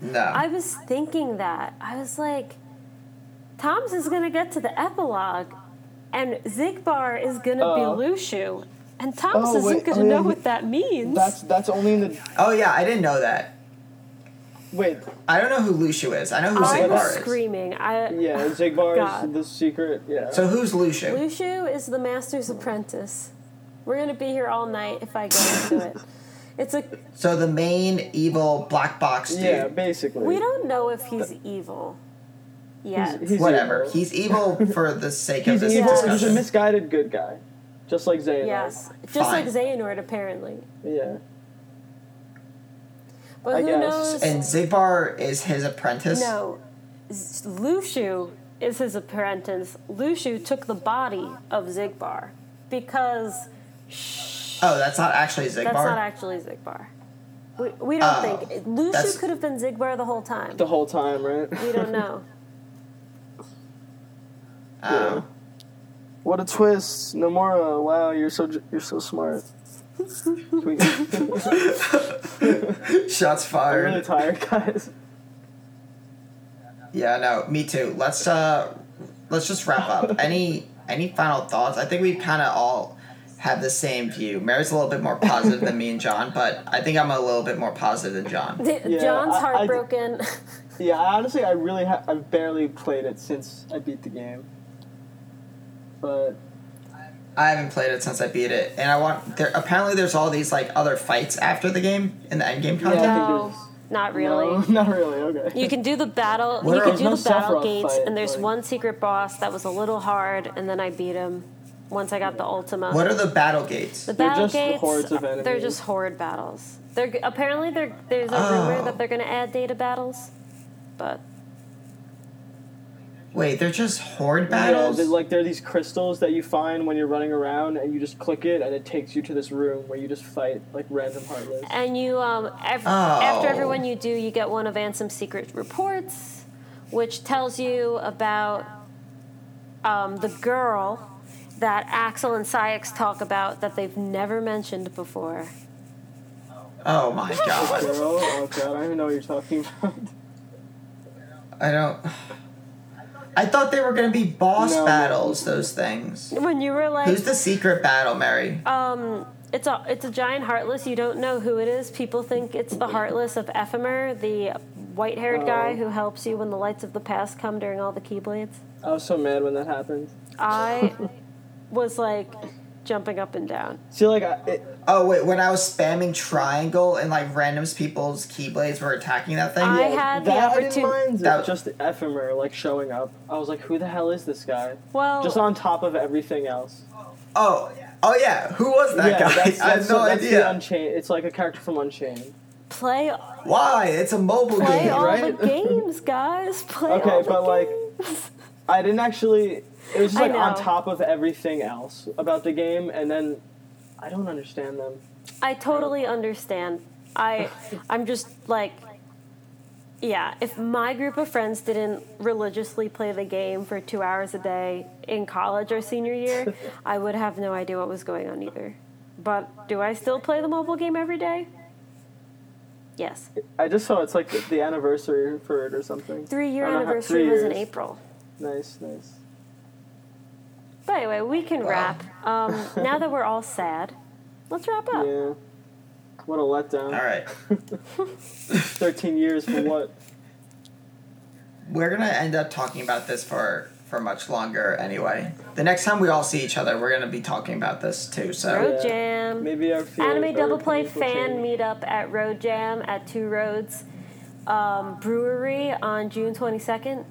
No.
I was thinking that. I was like, Tom's is going to get to the epilogue, and Zigbar is going to
Oh.
be Lushu, and Thomas
Oh,
isn't
wait,
going
oh,
to
yeah,
know
you-
what that means.
that's that's only in the
oh yeah, I didn't know that.
wait.
I don't know who Lucio is. I know who
I was
Zigbar is.
screaming. I,
Yeah, Zigbar is
God.
the secret. Yeah.
So who's Lucio?
Lushu is the master's apprentice. We're going to be here all night if I go into it. It's a.
So the main evil black box dude.
yeah, basically.
We don't know if he's evil yet.
He's- he's
Whatever.
evil.
He's evil for the sake of
He's
this
evil. He's a
discussion.
misguided good guy, just like Xehanort.
yes. Just
Fine.
like Xehanort, apparently.
Yeah.
But
I
who
guess.
knows?
and Zigbar is his apprentice.
No, Z- Lushu is his apprentice. Lushu took the body of Zigbar because
Oh, that's not actually Zigbar.
that's not actually Zigbar. We, we don't
Oh,
think Lushu
that's-
could have been Zigbar the whole time.
The whole time, right?
we don't know.
Oh.
What a twist, Nomura! Wow, you're so j- you're so smart. Sweet. I'm
Shots fired.
really tired, guys.
Yeah, no, me too. Let's uh let's just wrap up. Any any final thoughts? I think we kinda all have the same view. Mary's a little bit more positive than me and John, but I think I'm a little bit more positive than John.
John's
I- I-
heartbroken.
Yeah, I honestly, I really ha- I've barely played it since I beat the game, but
I haven't played it since I beat it. And I want there apparently there's all these like other fights after the game in the endgame
yeah,
content.
I
No.
think there's
Not really.
No, not really. Okay.
You can do the battle.
Where
you can
are-
do
No
the battle
Sephiroth
gates,
fight,
and there's
like-
one secret boss that was a little hard, and then I beat him once I got the Ultima.
What are the battle gates?
The
They're
battle
just
gates. uh,
hordes of
They're
enemies.
just horde battles. They're g- apparently they're, there's a
Oh.
Ah.
rumor that they're going to add data battles, but
Wait, they're just horde
Yeah,
battles?
they're, like there are these crystals that you find when you're running around, and you just click it, and it takes you to this room where you just fight like random heartless.
and you um ev-
Oh.
after everyone you do, you get one of Ansom's secret reports, which tells you about um, the girl that Axel and Syx talk about that they've never mentioned before.
oh my god.
Girl, oh god, I don't even know what you're talking about.
I don't I thought they were gonna be boss
No, no.
battles, those things.
When you were like,
Who's the secret battle, Mary?
um, it's a it's a giant heartless. You don't know who it is. People think it's the heartless of Ephemer, the white-haired guy
Oh.
who helps you when the lights of the past come during all the keyblades.
I was so mad when that happened.
I was like jumping up and down.
See, like, I, it,
Oh wait, when I was spamming triangle and like randoms people's keyblades were attacking that thing.
I-
yeah,
had the
that I didn't
opportu-
mind.
That-
just ephemer, like showing up. I was like, who the hell is this guy?
Well,
Just on top of everything else.
oh, oh yeah, who was that
yeah,
guy?
that's, that's,
I have no
that's
idea.
The Unchained. It's like a character from Unchained.
play
Why? It's a mobile
play
game.
all
right?
the games, guys. Play
Okay,
all the
but, like,
games.
I didn't actually. It was just
I
like on
know.
top of everything else about the game, and then I don't understand them.
I totally understand. I I'm just like yeah, if my group of friends didn't religiously play the game for 2 hours a day in college or senior year, I would have no idea what was going on either. But do I still play the mobile game every day? Yes.
I just saw it's like the anniversary for it or something.
3 year
I don't know how-
anniversary
three
was in
years.
April.
Nice, nice.
But anyway, we can wrap. Um, now that we're all sad, let's wrap up.
Yeah. What a
All
letdown.
right,
13 years for what?
we're gonna end up talking about this for for much longer anyway. The next time we all see each other, we're gonna be talking about this too. So
Road Jam.
Maybe our feelings
Anime
or
Double Play
opinions will
fan
change.
meetup at Road Jam at Two Roads um, Brewery on June 22nd.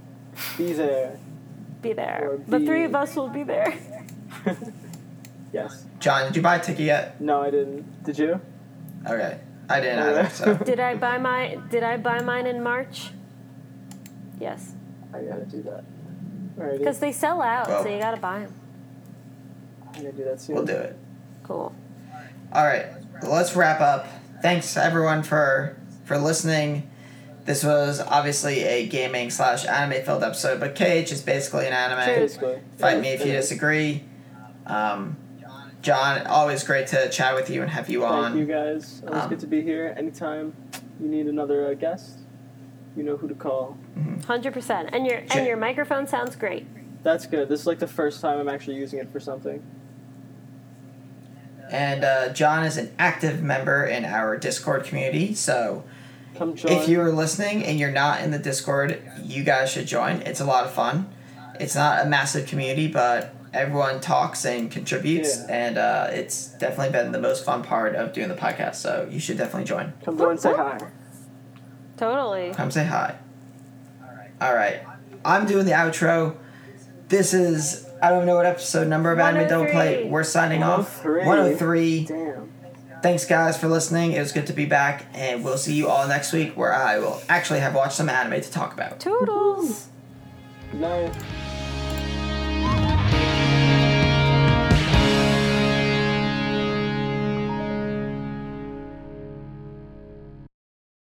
Be there.
Be there.
Or
The
be-
three of us will be there.
Yes.
John, did you buy a ticket yet?
No, I didn't. Did you?
Okay, I didn't either. So
Did I buy my? Did I buy mine in March? Yes,
I gotta do that. Alrighty.
because they sell out,
Well.
so you gotta buy them.
I'm gonna do that soon.
we'll do it.
Cool.
All right, let's wrap up. thanks everyone for for listening. This was obviously a gaming slash anime filled episode, but Cage is basically an anime.
Cheers.
Basically.
Fight me if you
Yeah.
disagree. Um, John, always great to chat with you and have you
Thank you
on.
guys. Always
Um,
good to be here. Anytime you need another uh, guest, you know who to call.
Hundred percent. And your
Sure.
and your microphone sounds great.
That's good. This is like the first time I'm actually using it for something.
And uh, John is an active member in our Discord community, so
Come join.
If you're listening and you're not in the Discord, you guys should join. It's a lot of fun. It's not a massive community, but everyone talks and contributes,
Yeah.
and uh, it's definitely been the most fun part of doing the podcast. So you should definitely join.
Come join. Say hi.
Totally.
Come say hi. All right, I'm doing the outro. This is I don't know what episode number of Anime Double Play.
103.
We're signing off.
103.
103.
Damn.
Thanks, guys, for listening. It was good to be back, and we'll see you all next week where I will actually have watched some anime to talk about.
Toodles.
Good night.